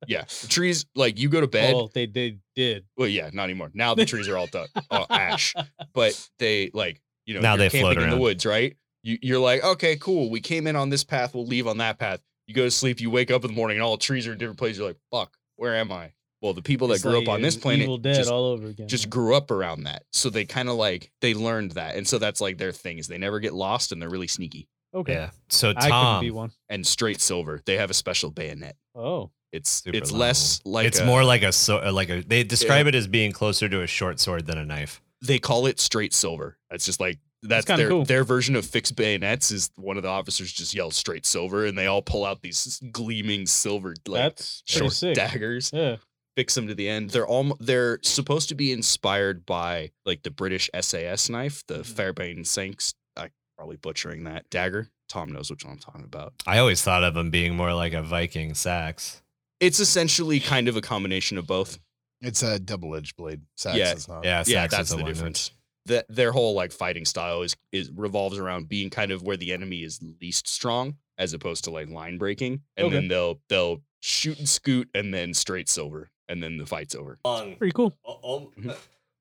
C: Yeah, the trees like you go to bed.
B: well, they they did.
C: Well, yeah, not anymore. Now the trees are all done, all ash. But they like you know
A: Now
C: you're
A: they
C: camping
A: float
C: in
A: around.
C: the woods, right? You, you're like, okay, cool. We came in on this path. We'll leave on that path. You go to sleep. You wake up in the morning, and all the trees are in different places. You're like, fuck, where am I? Well, the people that
B: It's
C: grew
B: like
C: up on this
B: an
C: planet
B: Evil Dead
C: just,
B: all over again.
C: just grew up around that, so they kind of like they learned that, and so that's like their thing is they never get lost and they're really sneaky
B: okay.
A: yeah. So
B: I couldn't be
A: Tom,
B: one.
C: and straight silver. They have a special bayonet.
B: Oh.
C: It's
A: Super
C: it's less like
A: it's
C: a-
A: more like a so uh, like a they describe it as being closer to a short sword than a knife.
C: they call it straight silver. That's just like that's
B: kinda
C: their
B: cool.
C: their version of fixed bayonets is one of the officers just yells straight silver and they all pull out these gleaming silver like
B: that's pretty
C: short
B: sick.
C: daggers,
B: Yeah.
C: fix them to the end. They're all they're supposed to be inspired by like the British SAS knife, the
B: Mm-hmm.
C: Fairbairn Sanks. I probably butchering that dagger. Tom knows which one I'm talking about.
A: I always thought of them being more like a Viking sax.
C: It's essentially kind of a combination of both.
D: It's a double edged blade. Sax
C: Yeah,
D: is not.
A: Yeah,
C: yeah,
A: Sax is
C: that's the
A: one,
C: difference. That their whole like fighting style is is revolves around being kind of where the enemy is least strong, as opposed to like line breaking, and
B: Okay.
C: then they'll they'll shoot and scoot, and then straight silver, and then the fight's over.
A: Long.
B: Pretty cool.
A: Al- al-
C: Mhm.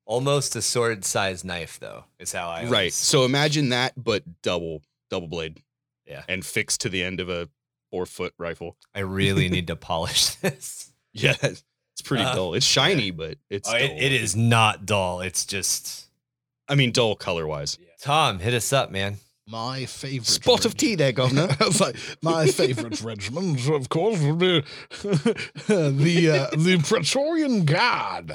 A: Almost a sword sized knife, though, is how I.
C: Right.
A: always-
C: So imagine that, but double double blade.
A: Yeah.
C: and fixed to the end of a four foot rifle.
A: I really need to polish this.
C: Yeah, that's- it's pretty
A: Uh,
C: dull. It's shiny, but it's
A: Oh, it,
C: dull.
A: it is not dull. It's just.
C: I mean, dull color wise.
A: Tom, hit us up, man.
D: My favorite
C: Spot of
D: regiment-
C: tea there, governor.
D: I was like, my favorite regiment, of course, would be the uh, the Praetorian Guard.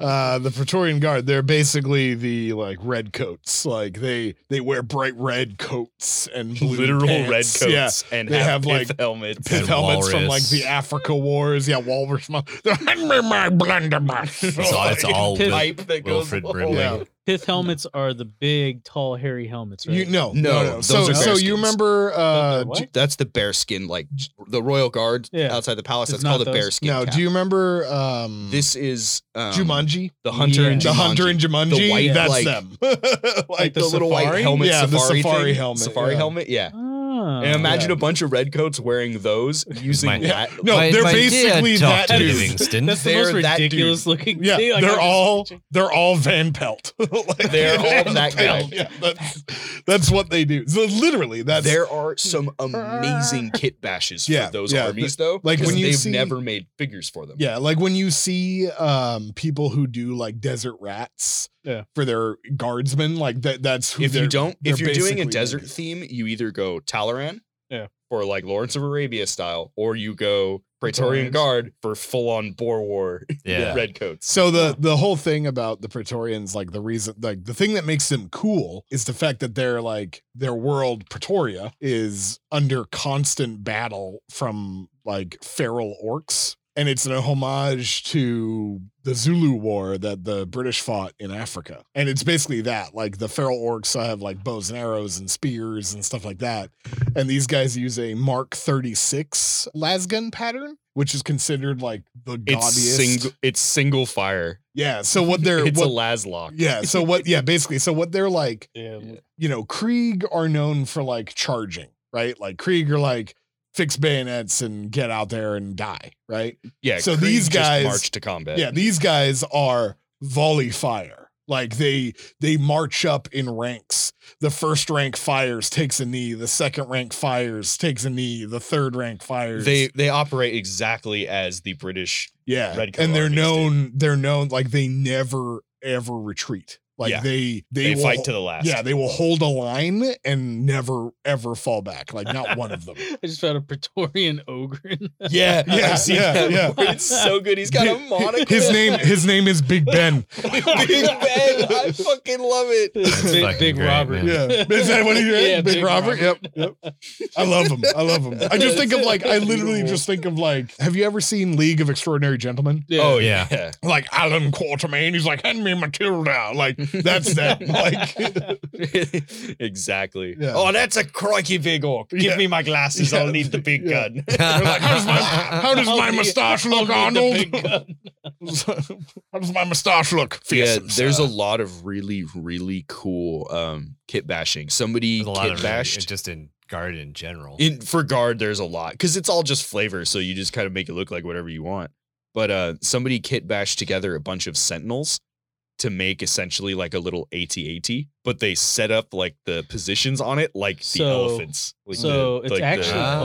D: Uh, the Praetorian Guard. They're basically the like red coats. Like they they wear bright red coats and blue
C: Literal red
D: pants.
C: coats
D: Yeah.
C: and
D: They
C: have,
D: have,
C: pith
D: like,
C: helmets.
D: Pith
A: And
D: helmets from like
A: walrus.
D: the Africa Wars, yeah, walrus. mo- They're hand me my blunderbuss.
A: It's all,
D: Oh,
A: it's all
B: Pith-
A: Wil-
C: pipe that goes
A: Wilfred
C: all-
A: Brimley.
D: Yeah.
B: Pith helmets are the big, tall, hairy helmets, right?
D: You no, no,
C: No,
D: no.
C: those
D: So,
C: are
D: so you
C: bearskins.
D: remember? Uh,
B: They're what?
D: do-
C: That's the bear skin, like j- the royal guard
B: Yeah.
C: outside the palace.
B: It's
C: That's called
B: not
C: a
B: those.
C: bear skin.
D: no,
C: cap.
D: do you remember? Um,
C: This is um,
D: Jumanji.
C: the hunter
B: Yeah.
C: and
D: The hunter and Jumanji.
C: The white,
D: that's
C: like-
D: them.
C: like the, little white helmet.
D: Yeah,
C: safari
D: the safari
C: thing.
D: helmet.
C: Safari
D: yeah.
C: helmet. Yeah.
B: Ah.
C: And imagine
D: yeah.
C: a bunch of redcoats wearing those using
A: My-
C: that.
D: No,
A: My-
D: they're
A: my dear
D: basically that
A: Dr.
D: dude.
A: Livingston.
B: That's the most
C: they're that dude.
B: ridiculous looking.
D: Yeah,
B: thing. Like,
D: they're
B: I'm-
D: all they're all Van Pelt. Like,
C: They're all that guy.
D: Yeah, that's, that's what they do. So literally, that's
C: there are some amazing kit bashes
D: Yeah,
C: for those
D: yeah,
C: armies, though.
D: like,
C: 'cause
D: when you
C: they've
D: see-
C: never made figures for them.
D: Yeah, like when you see um people who do like desert rats
B: Yeah.
D: for their guardsmen, like that that's who
C: if you
D: they're-
C: don't if
D: they're
C: you're doing a
D: basically
C: desert
D: Indians.
C: theme you either go talaran
B: Yeah.
C: for like lawrence of arabia style or you go praetorian
B: Praetorians.
C: guard for full-on boer war
A: Yeah.
C: redcoats
D: So the the whole thing about the Praetorians, like the reason, like the thing that makes them cool is the fact that they're like their world Pretoria is under constant battle from like feral orcs, and it's an homage to the Zulu War that the British fought in Africa, and it's basically that like the feral orcs have like bows and arrows and spears and stuff like that, and these guys use a Mark thirty six lasgun pattern. Which is considered like the
C: it's
D: gaudiest.
C: single it's single fire
D: Yeah. So what they're
C: it's
D: what,
C: a laslock
D: yeah. So what yeah, basically. So what they're like,
B: Yeah, look-
D: you know, Krieg are known for like charging, right? Like Krieg are like fix bayonets and get out there and die, right?
C: yeah
D: So
C: Krieg
D: these
C: just
D: guys-
C: march to combat
D: Yeah, these guys are volley fire. Like they they march up in ranks. The first rank fires, takes a knee. The second rank fires, takes a knee. The third rank fires.
C: they they operate exactly as the british
D: Yeah.
C: Red Coat
D: and they're
C: armies do.
D: known they're known like they never ever retreat. Like
C: Yeah.
D: they they,
C: they,
D: will-
C: fight to the last
D: Yeah, they will hold a line and never ever fall back. Like not one of them.
B: I just found a Praetorian ogre. in that.
C: yeah I've
D: Yeah,
C: seen
D: yeah,
C: that
D: yeah.
C: before. it's so good he's got a monocle
D: His name his name is Big Ben.
C: big ben i fucking love it
B: big
A: fucking
B: big
A: great,
B: Robert.
A: man.
D: Yeah. Is that what he did?
B: Yeah,
D: Big,
B: Big
D: Robert?
B: Robert.
D: Yep. Yep. I love him. I love him. I just think of like I literally just think of like have you ever seen League of Extraordinary Gentlemen?
B: Yeah.
C: oh
A: Yeah.
C: yeah
D: Like Alan Quatermain, he's like, hand me Matilda. Like that's them. Like
C: exactly.
D: Yeah.
C: Oh, that's a crikey big orc. Give
D: Yeah.
C: me my glasses. I'll
D: Yeah.
C: need the big
D: Yeah.
C: gun.
D: they're like, how does my how does my
B: I'll be-
D: mustache look,
B: I'll be the
D: Arnold?
B: big gun.
D: how does my mustache look?
C: Yeah,
D: Fearsome,
C: there's
D: sir.
C: a lot of really, really cool um, kit bashing. Somebody
A: There's a lot
C: kit
A: of
C: bashed.
A: just in guard in general.
C: in for guard there's a lot because it's all just flavor so you just kind of make it look like whatever you want but uh somebody kit bashed together a bunch of sentinels to make essentially like a little AT-AT, but they set up like the positions on it like the
B: So-
C: elephants. Like the-
B: so it's
C: like the-
B: actually
A: Ah.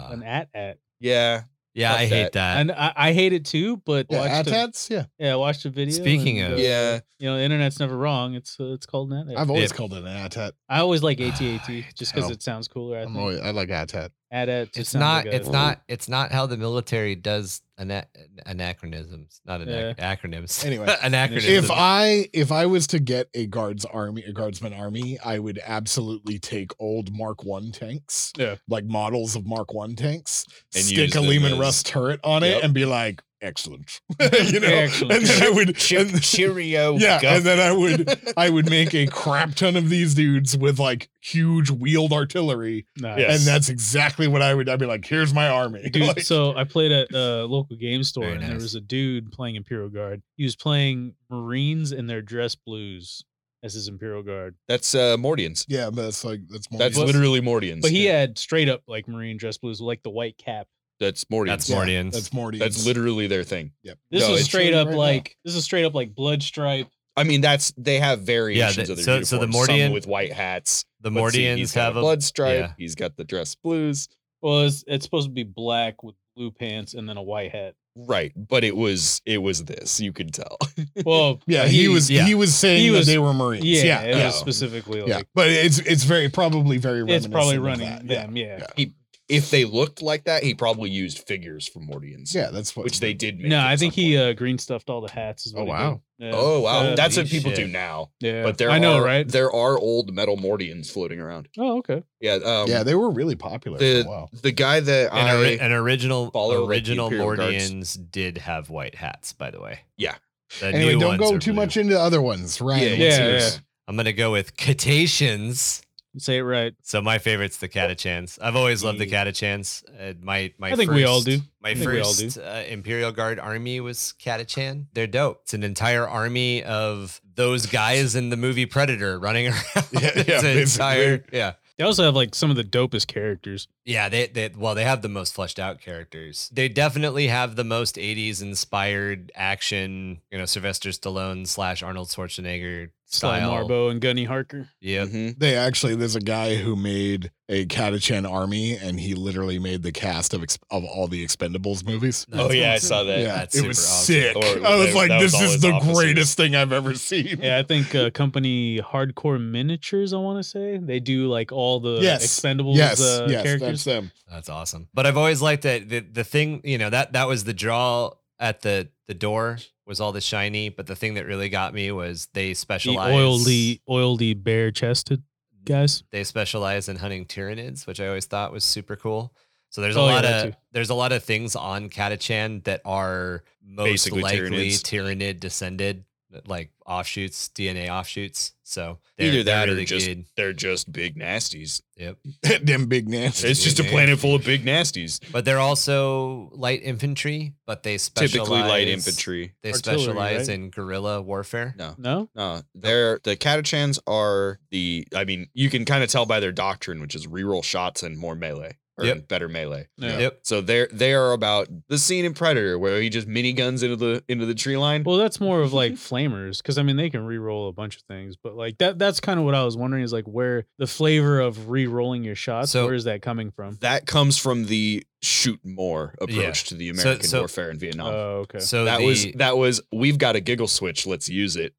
B: called an at at,
C: yeah.
A: yeah,
C: fuck
A: I hate
C: that.
A: that.
B: and I, I hate it too. But
D: yeah,
B: watched a,
D: AT-ATs, yeah.
B: yeah, I watched a video.
A: Speaking
B: and,
A: of-
B: uh,
C: Yeah.
B: you know, the internet's never wrong. It's uh, it's called an at at.
D: I've always
A: It-
D: called it an AT-AT.
B: I always like
A: Ah, I
B: AT AT just because
D: know.
B: it sounds cooler. I
D: I'm
B: think
D: always, I like AT-AT.
B: at at. just
A: It's
B: sounds
A: not.
B: like a-
A: It's not. It's not how the military does ana- anachronisms. Not ana- acronyms.
D: Anyway,
A: anachronisms.
D: If I if I was to get a guards army, a guardsman army, I would absolutely take old Mark One tanks,
B: Yeah.
D: like models of Mark One tanks,
C: And use
D: stick a
C: them
D: Lehman
C: as-
D: Russ turret on
C: Yep.
D: it, and be like, excellent. you know,
B: Excellent.
D: and then I would,
C: Chip,
D: and-
C: cheerio.
D: yeah,
C: guff.
D: and then I would, I would make a crap ton of these dudes with like huge wheeled artillery,
B: Nah.
C: Yeah. Yes.
D: and that's exactly what I would. I'd be like, "Here's my army."
B: Dude,
D: Like,
B: so I played at a local game store
A: Very
B: and there
A: nice.
B: was a dude playing Imperial Guard. He was playing Marines in their dress blues as his Imperial Guard.
C: That's uh, Mordians.
D: yeah, but that's like that's more.
C: That's
D: yeah.
C: literally Mordians.
B: But he
C: Yeah.
B: had straight up like Marine dress blues, like the white cap.
C: That's Mordians.
A: That's
D: Yeah,
A: Mordians.
D: That's Morty.
C: That's literally their thing.
D: Yep.
B: This
C: No,
B: was
C: it's
B: straight
D: showing
B: up
D: right now.
B: like this is straight up like blood stripe.
C: I mean, that's they have variations
A: the-
C: of their
A: so-
C: uniforms.
A: so the
C: some
A: Mordian-
C: with white hats.
A: the
C: Let's see, he's
A: Mordians
C: got
A: have a.
C: blood stripe.
A: yeah.
C: He's got the dress blues.
B: Well, it's, it's supposed to be black with blue pants and then a white hat.
C: Right, but it was it was this. You could tell.
B: Well,
D: yeah, he, was
A: yeah.
D: he was saying
B: He was-
D: that they were Marines.
B: yeah,
D: Yeah,
B: it
D: yeah.
B: was specifically like
D: yeah. But it's it's very probably very
B: it's probably running
D: reminiscent of that. Yeah.
B: them. Yeah.
D: Yeah.
C: if they looked like that, he probably used figures from Mordians.
D: Yeah, that's what
C: which they did. Make
B: No,
C: at
B: I think
C: some
B: he
C: point.
B: uh, green stuffed all the hats. Is what
D: Oh,
B: he did.
D: wow.
B: Yeah.
C: oh wow,
B: uh,
C: that's what
A: holy
C: people do
A: shit.
C: now.
B: yeah.
C: But there,
B: I know,
C: are,
B: right?
C: There are old metal Mordians floating around.
B: Oh, okay.
C: Yeah, um,
D: yeah, they were really popular
C: the
D: for a while.
C: the guy that
A: An,
C: I
A: ori- an original
C: follow, like, the
A: original
C: Imperial Guards.
A: Mordians did have white hats, by the way.
C: Yeah.
A: The
D: Anyway,
A: new
D: don't
A: ones
D: go
A: are
D: too
A: blue.
D: much into the other ones, right?
C: Yeah,
B: yeah,
A: I'm gonna go with Cetaceans.
B: Say it right.
A: So my favorite's the Catachans. I've always loved
C: Mm.
A: the
B: Yeah.
A: Catachans. Uh, my my
B: I think we all
A: first-
B: do.
A: My
B: I think we all do.
A: first uh, Imperial Guard army was Catachan. They're dope. It's an entire army of those guys in the movie Predator running around.
D: yeah,
A: it's an
D: basically.
A: entire yeah.
B: They also have like some of the dopest characters.
A: Yeah, they, they well, they have the most fleshed out characters. They definitely have the most '80s inspired action. You know, Sylvester Stallone slash Arnold Schwarzenegger
B: Sly
A: style.
B: Marbo and Gunny Harker.
A: Yep.
C: Mhm.
D: They actually, there's a guy who made a Catachan army, and he literally made the cast of ex- of all the Expendables movies.
A: That's
C: Oh, yeah, I
A: awesome.
C: saw that.
D: yeah,
A: That's
D: it
A: super
D: was
A: awesome.
D: sick.
C: Or
D: I was
C: they-
D: like,
C: that was
D: this
C: all
D: is
C: his
D: the
C: officers.
D: greatest thing I've ever seen.
B: Yeah, I think uh, company Hardcore Miniatures. I want to say they do like all the
D: Yes.
B: Expendables
D: yes,
B: uh,
D: yes, that's
B: characters.
D: them.
A: That's awesome. But I've always liked that the, the thing, you know, that that was the draw at the the door was all the shiny, but the thing that really got me was they
B: The
A: specialize
B: oily, oily, bare chested guys.
A: they specialize in hunting tyrannids, which I always thought was super cool. So there's a
B: Oh, yeah,
A: lot
B: that
A: of
B: too.
A: there's a lot of things on Catachan that are most
C: Basically
A: likely
C: Tyranids.
A: tyrannid descended, like offshoots, DNA offshoots. So they're-
C: Either that
A: they're
C: or
A: really
C: just
A: good.
C: they're just big nasties.
A: Yep.
D: Them big nasty.
C: It's just a
A: big
C: planet full of big nasties.
A: But they're also light infantry, but they specialize
C: Typically light infantry.
A: They
B: Artillery,
A: specialize
B: right?
A: in guerrilla warfare.
C: No.
B: No,
C: No, they're the Catachans are the. I mean, you can kind of tell by their doctrine, which is reroll shots and more melee or
A: Yep.
C: better melee.
B: Yeah.
A: Yep.
C: So they're they are about the scene in Predator where he just miniguns into the into the tree line.
B: Well, that's more of like flamers because I mean they can re-roll a bunch of things, but like that—that's kind of what I was wondering is like where the flavor of re-rolling your shots.
A: So-
B: where is that coming from?
C: that comes from the shoot more approach
A: Yeah.
C: to the
A: So-
C: American
A: so- uh,
C: warfare in Vietnam.
B: Oh, okay.
A: So
C: that
A: the,
C: was that was we've got a giggle switch. Let's use it.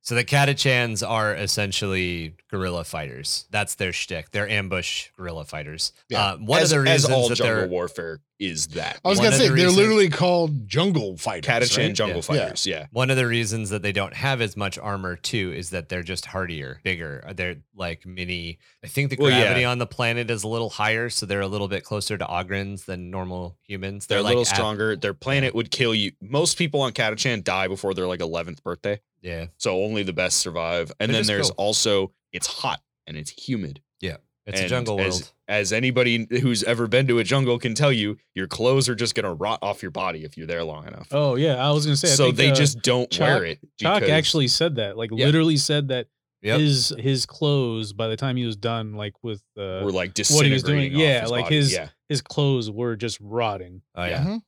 A: so the Catachans are essentially guerrilla fighters. That's their shtick. They're ambush guerrilla fighters.
D: Yeah.
A: Uh, one
C: as,
A: of the
C: as
A: reasons
C: all
A: that
C: jungle
A: they're
C: warfare is that
D: I was
A: One
D: gonna
A: of
D: say
A: the
D: they're
A: reason-
D: literally called jungle fighters.
C: Catachan
D: right?
C: jungle
A: Yeah.
C: fighters. Yeah.
A: one of the reasons that they don't have as much armor too is that they're just hardier, bigger. Uh, They're like mini. I think the
C: Well, yeah.
A: gravity on the planet is a little higher, so they're a little bit closer to Ogrins than normal humans.
C: They're,
A: They're,
C: a
A: like
C: little
A: at-
C: stronger. Their planet would kill you. Most people on Catachan die before their like 11th birthday.
A: yeah,
C: So only the best survive. And
A: They're
C: then
A: just
C: there's
A: cool.
C: also it's hot and it's humid.
A: it's a
C: And
A: jungle
C: as-
A: world.
C: As anybody who's ever been to a jungle can tell you, your clothes are just gonna rot off your body if you're there long enough.
B: oh yeah, I was gonna say. I
C: so
B: think,
C: they
B: uh,
C: just don't wear
B: Chalk-
C: it.
B: Chalk
C: because-
B: actually said that, like
C: Yeah.
B: literally said that
A: Yep.
B: his his clothes by the time he was done, like with uh, what
C: were like
B: he
C: disintegrating.
B: was doing-
C: off
B: yeah,
C: his
B: like
C: body.
B: his-
C: Yeah.
B: his clothes were just rotting.
A: oh yeah.
C: yeah.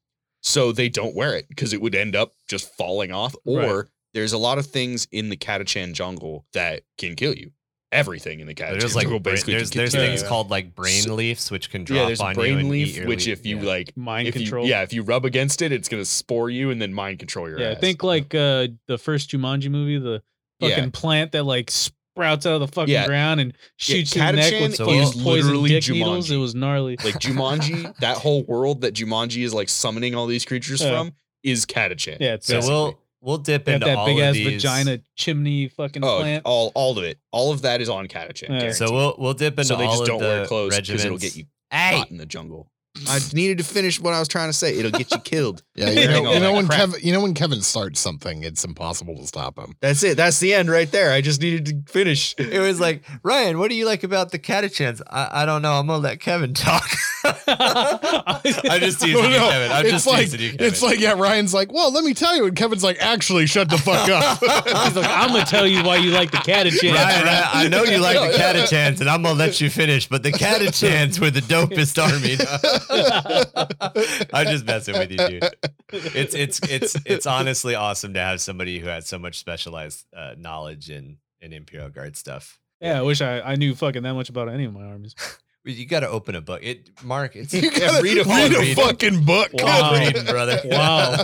C: So they don't wear it because it would end up just falling off. Or
B: Right.
C: there's a lot of things in the Catachan jungle that can kill you. Everything in the Catachan
A: There's like
C: jungle
A: bra-
C: basically
A: there's
C: can
A: there's
C: kill you.
A: things
B: Yeah.
A: called like brain
C: So-
A: leaves, which can drop
C: Yeah, there's
A: on you
C: brain
A: and
C: leaf,
A: eat your
C: which
A: leaf.
C: if you
A: Yeah.
C: like
B: Mind
C: if
B: control.
C: You, yeah, if you rub against it, it's gonna spore you and then mind control your
B: yeah.
C: ass.
B: I think like uh, the first Jumanji movie, the
C: Yeah.
B: fucking plant that like sprouts out of the fucking
C: Yeah.
B: ground and shoots your neck with
A: Catachan
B: fucking
A: is
B: poison
C: literally
B: dick needles.
C: Jumanji.
B: It was gnarly.
C: like Jumanji, that whole world that Jumanji is like summoning all these creatures
B: Yeah.
C: from is Catachan.
B: Yeah, it's
A: So
B: basically.
A: we'll we'll dip
B: Got
A: into
B: that
A: all
B: big
A: of
B: ass
A: these.
B: vagina chimney fucking
C: Oh,
B: plant.
C: all all of it, all of that is on Catachan.
B: Yeah.
C: guaranteed.
A: So we'll we'll dip into
C: so they
A: all
C: just
A: of
C: don't
A: the
C: wear clothes because it'll
A: regiments.
C: get you
A: Hey,
C: caught in the jungle. I needed to finish what I was trying to say. It'll get you killed.
E: Yeah, you
C: Doing
E: know,
C: all
E: you know
C: that
E: when
C: crap.
E: Kevin, you know when Kevin starts something, it's impossible to stop him.
C: That's it. That's the end right there. I just needed to finish.
A: It was like, Ryan, what do you like about the catachans? I, I don't know. I'm gonna let Kevin talk. I'm just teasing
D: No,
A: you,
D: no,
A: Kevin. I'm
D: it's
A: just
D: like
A: teasing you, Kevin.
D: it's like yeah. Ryan's like, well, let me tell you, and Kevin's like, actually, shut the fuck up.
B: He's like, I'm gonna tell you why you like the catachin.
A: Ryan, I, I know you like the catachans, and I'm gonna let you finish. But the catachans were the dopest army. I'm just messing with you, dude. It's it's it's it's honestly awesome to have somebody who has so much specialized uh, knowledge in in Imperial Guard stuff.
B: Yeah, I wish I, I knew fucking that much about any of my armies.
A: You got to open a book. It Mark, it's
D: you gotta read
C: read a
D: a,
A: fucking read.
D: fucking book.
B: Wow.
A: good reading, brother.
B: Wow.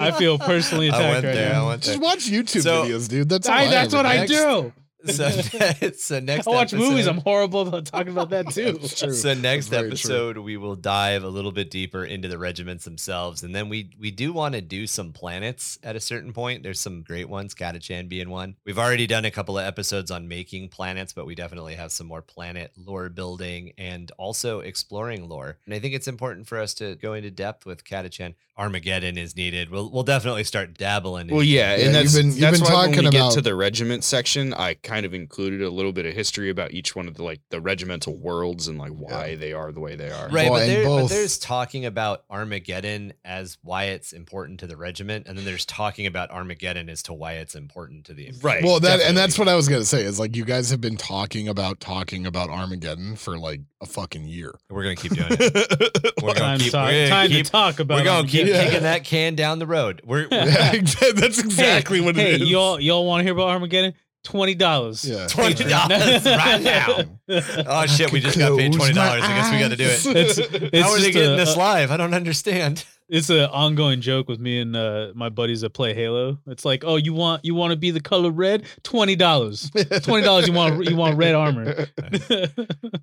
B: I feel personally attacked
A: I went
B: right
A: there. I
B: now.
A: went there.
D: Just watch YouTube
A: So-
D: videos, dude. That's all
B: I,
D: I
B: that's
D: ever
B: what I
A: next-
B: do.
A: So, so next
B: I watch
A: episode-
B: movies. I'm horrible about talking about that too.
D: That's true.
A: So next
D: Very true.
A: episode, we will dive a little bit deeper into the regiments themselves, and then we we do want to do some planets at a certain point. There's some great ones, Catachan being one. We've already done a couple of episodes on making planets, but we definitely have some more planet lore building and also exploring lore. And I think it's important for us to go into depth with Catachan. Armageddon is needed. We'll we'll definitely start dabbling.
C: Well,
A: in-
C: yeah,
E: Yeah,
C: and that's
E: you've been- you've
C: that's
E: been
C: why when
E: talking
C: we get
E: about-
C: to the regiment section, I kind of included a little bit of history about each one of the like the regimental worlds and like why they are the way they are.
A: Right,
E: Well,
A: but,
E: and
A: there, but
E: both-
A: there's talking about Armageddon as why it's important to the regiment, and then there's talking about Armageddon as to why it's important to the Imperial.
C: Right.
E: Well, that and that's
A: definitely.
E: what I was gonna say is like you guys have been talking about talking about Armageddon for like a fucking year.
A: We're gonna keep doing it. We're gonna
B: Time,
A: keep.
B: to, talk,
A: we're gonna
B: time to
A: keep,
B: talk about.
A: we're gonna
B: it.
A: keep
B: Yeah.
A: kicking that can down the road. We're, we're
E: Yeah, exa- that's exactly what
B: Hey,
E: it is.
B: y'all, y'all want to hear about Armageddon? Twenty dollars.
E: yeah.
A: twenty dollars right now. Oh shit! We just got paid
E: Close
A: twenty
E: my
A: dollars. I guess we got to do
E: eyes.
A: it.
B: It's, it's
A: How are they
B: just
A: getting
B: a-
A: this
B: a-
A: live? I don't understand.
B: it's an ongoing joke with me and uh, my buddies that play Halo. It's like, oh, you want you want to be the color red? Twenty dollars. Twenty dollars. You want you want red armor?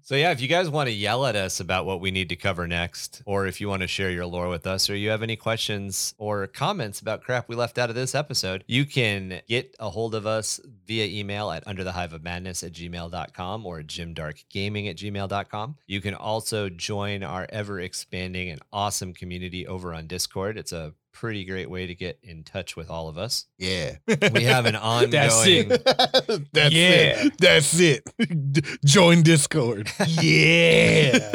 A: So yeah, if you guys want to yell at us about what we need to cover next, or if you want to share your lore with us, or you have any questions or comments about crap we left out of this episode, you can get a hold of us via email at under the hive of madness at gmail.com or jimdarkgaming at gmail.com. You can also join our ever expanding and awesome community over on Discord. It's a pretty great way to get in touch with all of us.
E: Yeah.
A: We have an ongoing
E: That's
B: Yeah.
E: it. That's it. D- Join Discord.
B: yeah.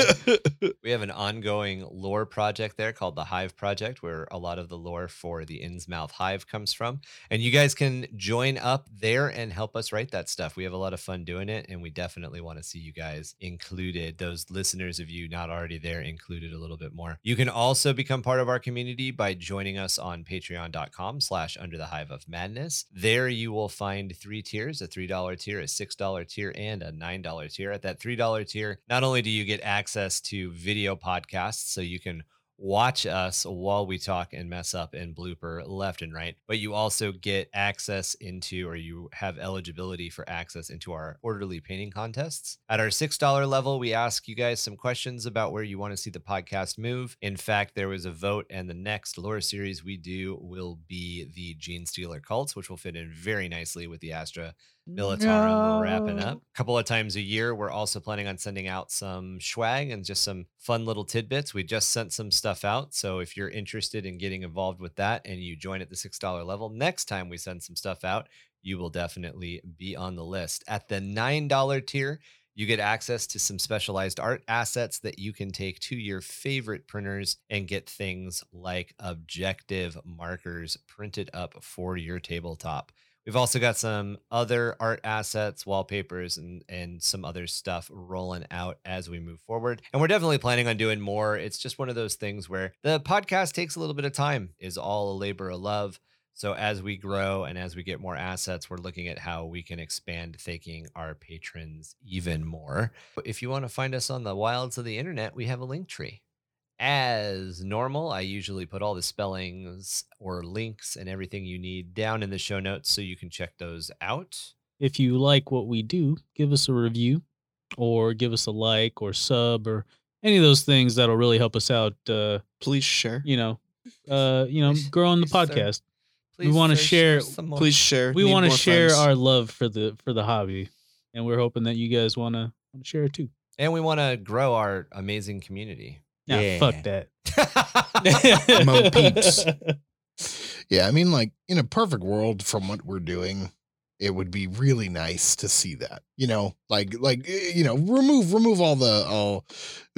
A: We have an ongoing lore project there called the Hive Project, where a lot of the lore for the Innsmouth Hive comes from. And you guys can join up there and help us write that stuff. We have a lot of fun doing it, and we definitely want to see you guys included. Those listeners of you not already there included a little bit more. You can also become part of our community by joining us on patreon.com slash under the hive of madness. There you will find three tiers, a $3 tier, a $6 tier, and a $9 tier. At that $3 tier, not only do you get access to video podcasts, so you can watch us while we talk and mess up and blooper left and right. But you also get access into, or you have eligibility for access into our quarterly painting contests. At our $6 level, we ask you guys some questions about where you want to see the podcast move. In fact, there was a vote, and the next lore series we do will be the Gene Stealer Cults, which will fit in very nicely with the Astra Militarum we're wrapping up. A couple of times a year, we're also planning on sending out some swag and just some fun little tidbits. We just sent some stuff out. So if you're interested in getting involved with that and you join at the $6 level, next time we send some stuff out, you will definitely be on the list. At the $9 tier, you get access to some specialized art assets that you can take to your favorite printers and get things like objective markers printed up for your tabletop. We've also got some other art assets, wallpapers, and and some other stuff rolling out as we move forward. And we're definitely planning on doing more. It's just one of those things where the podcast takes a little bit of time, is all a labor of love. So as we grow and as we get more assets, we're looking at how we can expand thanking our patrons even more. But If you want to find us on the wilds of the internet, we have a link tree. As normal, I usually put all the spellings or links and everything you need down in the show notes so you can check those out.
B: If you like what we do, give us a review, or give us a like, or sub, or any of those things that'll really help us out. Uh,
C: Please share.
B: you know, uh, you know,
A: Please-
B: growing the
A: please, sir.
B: podcast. We
A: Please,
B: wanna
A: sir,
B: share-
A: some more.
C: Please share.
B: We
C: Need
B: want to
C: more
B: share
C: friends.
B: our love for the for the hobby, and we're hoping that you guys want to share it too.
A: And we want to grow our amazing community.
B: Nah,
A: Yeah.
B: fuck that.
D: Mo peeps. Yeah, I mean, like in a perfect world, from what we're doing, it would be really nice to see that. You know, like like eh, you know, remove remove all the all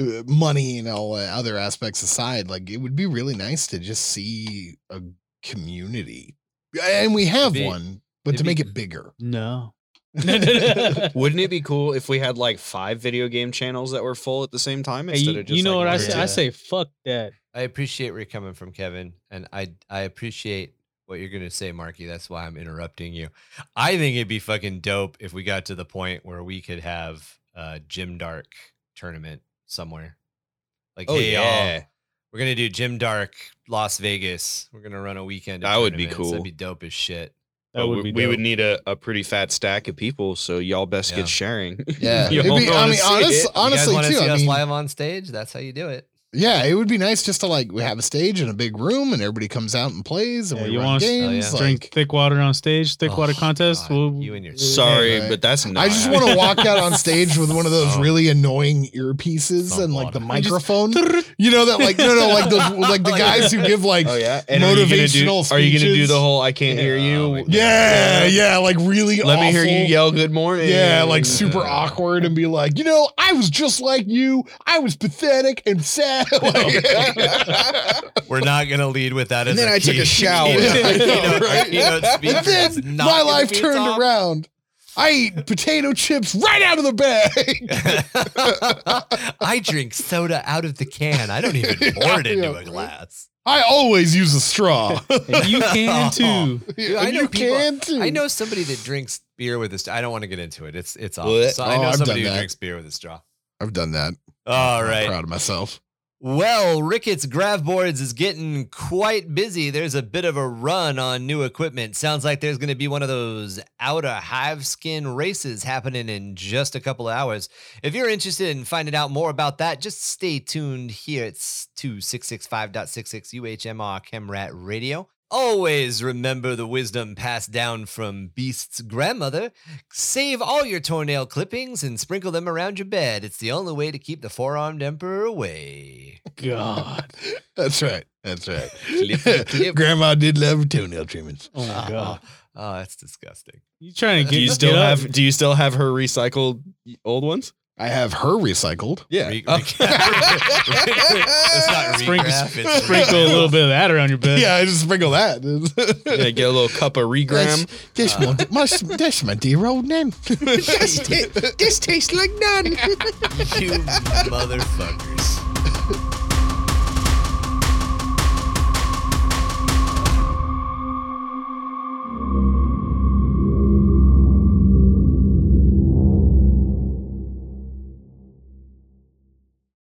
D: uh, money and all uh, other aspects aside. Like it would be really nice to just see a community, and we have
A: It'd be-
D: one, but
A: it'd
D: to
A: be-
D: make it bigger.
B: No.
D: Hey,
C: Wouldn't it be cool if we had like five video game channels that were full at the same time
B: Hey,
C: instead
B: you,
C: of just
B: you know
C: like,
B: what I
C: one or
B: say?
C: two?
B: I say fuck that.
A: I appreciate where you're coming from, Kevin, and I I appreciate what you're gonna say, Marky. That's why I'm interrupting you. I think it'd be fucking dope if we got to the point where we could have a Jim Dark tournament somewhere. Like,
C: Oh
A: hey,
C: yeah.
A: yeah. we're gonna do Jim Dark Las Vegas. We're gonna run a weekend. of
C: That would be
A: tournaments. That'd
C: cool.
A: be dope as shit.
B: That
C: But
B: would be
C: we, we would
B: dope.
C: need a, a pretty fat stack of people, so y'all best
A: Yeah.
C: get sharing.
D: Yeah,
C: Y'all
D: it'd be- I
C: wanna
D: mean,
C: see
D: honest-
C: it.
D: Honestly,
A: eh, you guys want
D: too,
A: to see
D: I
A: us
D: mean-
A: live on stage? That's how you do it.
D: yeah, it would be nice just to like we have a stage and a big room, and everybody comes out and plays, and
B: Yeah,
D: we
B: you
D: run
B: wanna s- oh,
D: games.
A: yeah.
D: like-
B: drink thick water on stage, thick
A: Oh,
B: water contest.
A: God,
B: We'll,
A: you and your-
C: Sorry,
D: Hey,
C: but that's not
D: I just want to walk out on stage with one of those
A: Oh.
D: really annoying earpieces
A: Thump
D: and like the
A: on it.
B: And just-
D: microphone. you know that like no no like those like the
A: Oh,
D: guys who give like
C: Oh yeah,
D: motivational
C: Are you gonna do
D: speeches.
C: the whole "I can't hear
A: Yeah. Oh, my
C: you"?
A: God.
D: yeah yeah like really
C: Let me hear you
D: awful-
C: yell "Good morning."
D: Yeah, like super
A: Yeah.
D: awkward and be like, you know, I was just like you. I was pathetic and sad.
A: Oh,
D: Like-
A: We're not gonna lead with that. as
C: And then
A: I
C: I took a shower.
D: Yeah, I know, right?
A: speaker.
D: and then
A: It's not
D: my
A: gonna
D: life
A: be
D: turned
A: top.
D: around. I eat potato chips right out of the bag.
A: I drink soda out of the can. I don't even pour it
D: Yeah,
A: into a
D: right.
A: glass.
D: I always use a straw.
B: And you can too.
A: Dude, I
D: And
A: know
D: you
A: people-
D: can too.
A: I know somebody that drinks beer with a straw. I don't want to get into it. It's it's
C: Blech.
A: awful. So I
D: Oh,
A: know
D: I've
A: somebody
D: done
A: who
D: that.
A: drinks beer with a straw.
D: I've done that.
A: All
D: I'm
A: right.
D: proud of myself.
A: Well, Ricketts Grav Boards is getting quite busy. There's a bit of a run on new equipment. Sounds like there's going to be one of those outer hive skin races happening in just a couple of hours. If you're interested in finding out more about that, just stay tuned here. It's 2665.66 UHMR Chemrat Radio. Always remember the wisdom passed down from Beast's grandmother. Save all your toenail clippings and sprinkle them around your bed. It's the only way to keep the four-armed emperor away.
B: God.
D: That's right. That's right.
A: Clippy clip.
D: Grandma did love toenail trimmings.
B: Oh my god.
A: Oh, that's disgusting.
B: You trying to
C: Do
B: get
C: you still
B: get up?
C: have? Do you still have her recycled old ones?
D: I have her recycled.
C: Yeah.
A: Re-
C: Oh.
A: re- it's not
B: Sprink-
A: regraph, it's
B: sprinkle a
A: regraph.
B: little bit of that around your bed?
D: Yeah, I just sprinkle that.
C: yeah, get a little cup of regram.
D: That's,
A: Uh.
D: my, my, that's my dear old nan. this, tastes like none.
A: You motherfuckers.